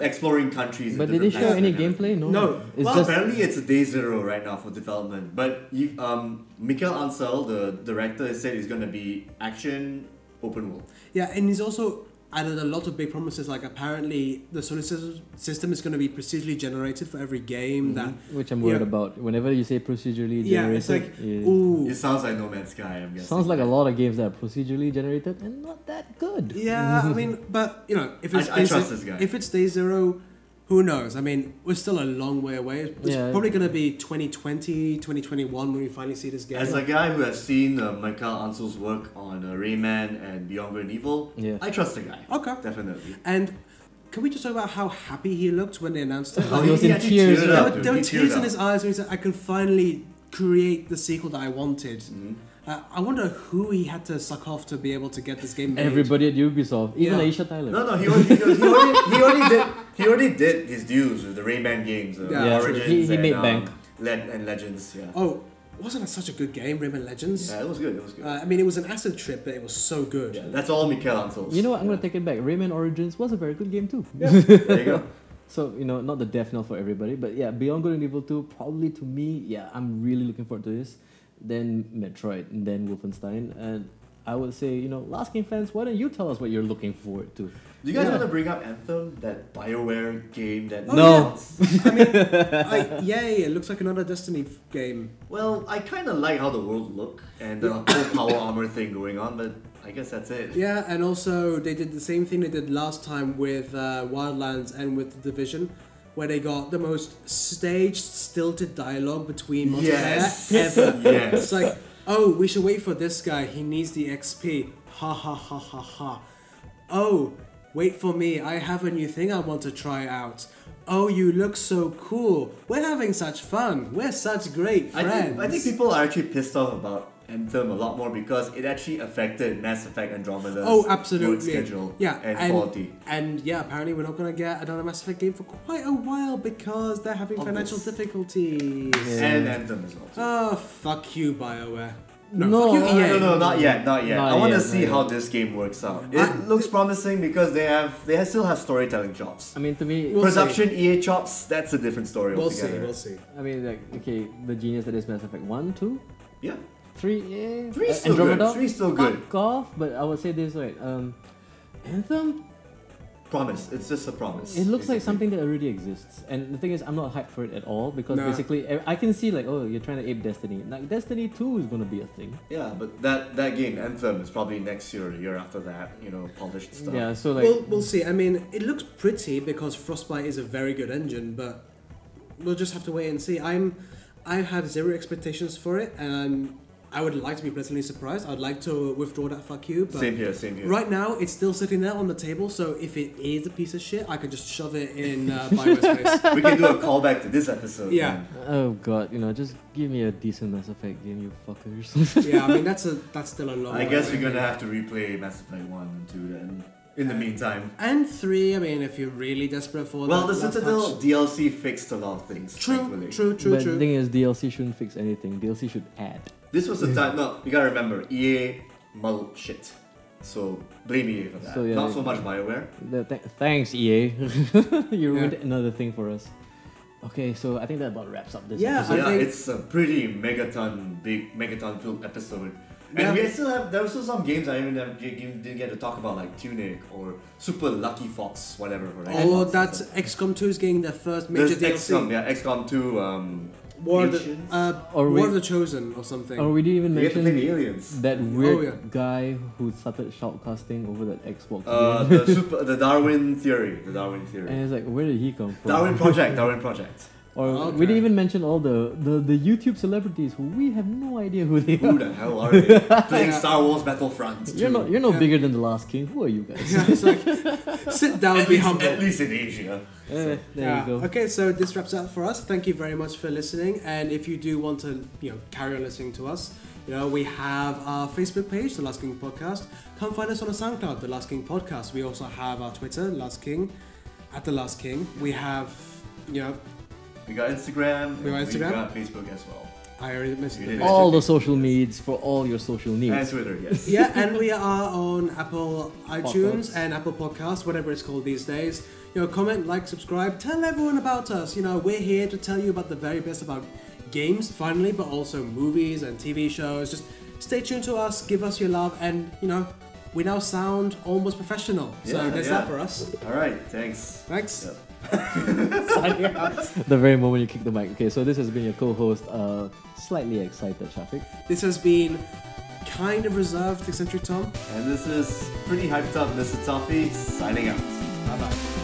exploring countries.
But
and
did they
different
show
lands
any
and everything.
gameplay? No.
No.
It's
well,
just
apparently it's a day zero right now for development. But you, um, Mikhail Ansel, the director, has said it's going to be action, open world.
Yeah, and he's also added a lot of big promises. Like apparently, the solar sys- system is going to be procedurally generated for every
Mm-hmm.
game. That
<laughs> which I'm worried
Yeah.
about. Whenever you say procedurally generated,
yeah, it's like
yeah.
ooh,
It sounds like No Man's Sky, I'm guessing.
sounds like a lot of games that are procedurally generated and not that good.
yeah.
<laughs>
I mean, but you know, if
I-
it's
I
day ze-
trust this guy.
if it's day zero, who knows? I mean, we're still a long way away. It's
Yeah.
probably going to be 2020, 2021 when we finally see this game.
As a guy who has seen uh, Michael Ansel's work on uh, Rayman and Beyond Good and Evil,
Yeah.
I trust the guy.
Okay.
Definitely.
and can we just talk about how happy he looked when they announced it?
Oh, he was in
actually
tears,
teared
yeah.
there
up,
were,
dude.
there were
He teared
tears in
up.
his eyes when he said, I can finally create the sequel that I wanted.
Mm-hmm.
Uh, I wonder who he had to suck off to be able to get this game made.
Everybody at Ubisoft, even
Yeah.
Aisha Tyler.
No, no, he already, he already, he already did. He already did his dues with the Rayman games, uh,
Yeah. Yeah,
Origins,
he- he
and,
made
um,
bank.
Le- and Legends. Yeah.
Oh, wasn't it such a good game, Rayman Legends?
yeah, it was good. It was good.
Uh, I mean, it was an acid trip, but it was so good.
yeah, that's all Michael Ansel's.
You know what? I'm gonna take it back. Rayman Origins was a very good game too.
<laughs> There you go.
<laughs> So you know, not the death knell for everybody, but yeah, Beyond Good and Evil 2, probably to me, yeah, I'm really looking forward to this. Then Metroid, and then Wolfenstein, and I would say, you know, Last Game fans, why don't you tell us what you're looking forward to?
Do you guys
Yeah.
want to bring up Anthem, that Bioware game that?
Oh,
No.
Yeah.
I mean, <laughs> I, yay, it looks like another Destiny f- game.
Well, I kind of like how the world looked and the
<coughs>
whole power armor thing going on, but I guess that's it.
Yeah, and also they did the same thing they did last time with uh, Wildlands and with The Division, where they got the most staged, stilted dialogue between multiplayer
<laughs>
Yes.
ever.
Yes.
It's like, oh, we should wait for this guy. He needs the XP. Ha ha ha ha ha. Oh, wait for me. I have a new thing I want to try out. Oh, you look so cool. We're having such fun. We're such great
I
friends.
think, I think people are actually pissed off about Anthem a lot more because it actually affected Mass Effect Andromeda's
Oh,
load
absolutely.
schedule
yeah,
and, quality.
And yeah, apparently we're not going to get another Mass Effect game for quite a while because they're having
Obvious.
financial difficulties.
And Anthem as well. too.
Oh, fuck you, BioWare. No,
No,
fuck you, E
no,
EA.
no, no, not yet, not yet.
Not
I want to
yet,
see
not
how this game works out. It
I-
looks promising because they have they still have storytelling chops.
I mean, to me,
Well- We'll see.
Production EA chops, that's a different story
We'll see,
altogether.
we'll see.
I mean, like, okay, the genius that is Mass Effect 1, 2,
Yeah.
3, eh,
Three's
uh,
still good,
Andromeda,
three's still good.
Fuck off, but I would say this, right? Um, Anthem,
Promise. It's just a promise.
It looks like
basically.
something that already exists, and the thing is, I'm not hyped for it at all because
Nah.
basically, I I can see like, oh, you're trying to ape Destiny. Like Destiny Two is gonna be a thing.
Yeah, but that, that game, Anthem, is probably next year or the year after that, you know, polished stuff.
Yeah, so like,
we'll, we'll see. I mean, it looks pretty because Frostbite is a very good engine, but we'll just have to wait and see. I'm, I have zero expectations for it, and I'm I would like to be pleasantly surprised. I'd like to withdraw that fuck you. But
Same here, same here.
Right now, it's still sitting there on the table. So if it is a piece of shit, I can just shove it in uh, Bioware's
<laughs>
face.
We can do a callback to this episode.
Yeah.
man.
Oh god, you know, just give me a decent Mass Effect game, you fuckers. <laughs>
Yeah, I mean that's a that's still a long.
I guess
way.
we're gonna have to replay Mass Effect 1 and 2 then. In the meantime.
And three, I mean, if you're really desperate for
Well,
that
the
last
Citadel
touch.
DLC fixed a lot of things.
True,
thankfully.
true, true,
but
true.
the thing is, DLC shouldn't fix anything. DLC should add.
This was the time. No, you gotta remember, EA mull shit. So blame EA for that.
So, yeah,
Not
they-
so much Bioware.
The th- thanks, EA. <laughs> you ruined
Yeah.
another thing for us. Okay, so I think that about wraps up this
Yeah,
episode.
So
I
yeah,
think-
it's a pretty megaton, big megaton filled episode. And
Yeah.
we still have there were still some games I even have, g- g- didn't get to talk about like Tunic or Super Lucky Fox, whatever. For
Oh,
Xbox.
that's XCOM 2 is getting their first major
There's
DLC.
XCOM, yeah, XCOM 2. Um,
War, of the,
Ancients.
uh,
Or
War
we-
of the Chosen or something. <laughs>
Or Oh, we didn't even
you get to play the
mention
aliens.
that weird
Oh, yeah.
guy who started shoutcasting over that Xbox
Uh,
game.
the, super, the Darwin theory. The Darwin theory.
and it's like, where did he come from?
Darwin Project. Darwin
<laughs>
Project.
Or
Okay.
we didn't even mention all the, the, the YouTube celebrities who we have no idea who they
Who
are.
the hell are they? Playing
Yeah.
Star Wars Battlefront.
You're
too.
not you're no
Yeah.
bigger than the Last King. Who are you guys?
Yeah, it's like, sit down,
At <laughs>
be
least,
humble.
at least in Asia.
Eh, there
Yeah.
you go.
Okay, so this wraps up for us. Thank you very much for listening. And if you do want to, you know, carry on listening to us, you know, we have our Facebook page, The Last King Podcast. Come find us on a SoundCloud, The Last King Podcast. We also have our Twitter, Last King, at The Last King. We have, you know,
We got Instagram.
We got
and
Instagram.
We got Facebook as well.
I already mentioned
You
the
did.
Facebook.
All the social needs for all your social
And
needs.
Twitter, yes. <laughs>
yeah, and we are on Apple iTunes
Podcasts.
and Apple Podcasts, whatever it's called these days. You know, comment, like, subscribe, tell everyone about us. You know, we're here to tell you about the very best about games, finally, but also movies and TV shows. Just stay tuned to us, give us your love, and you know, we now sound almost professional. so
Yeah,
that's
yeah.
that for us.
All right. Thanks.
Thanks.
Yeah.
<laughs> the very moment you kick the mic. Okay, so this has been your co-host, uh, slightly excited Shafiq.
This has been kind of reserved, eccentric Tom.
And this is pretty hyped up. This is Toffee signing out.
Bye bye.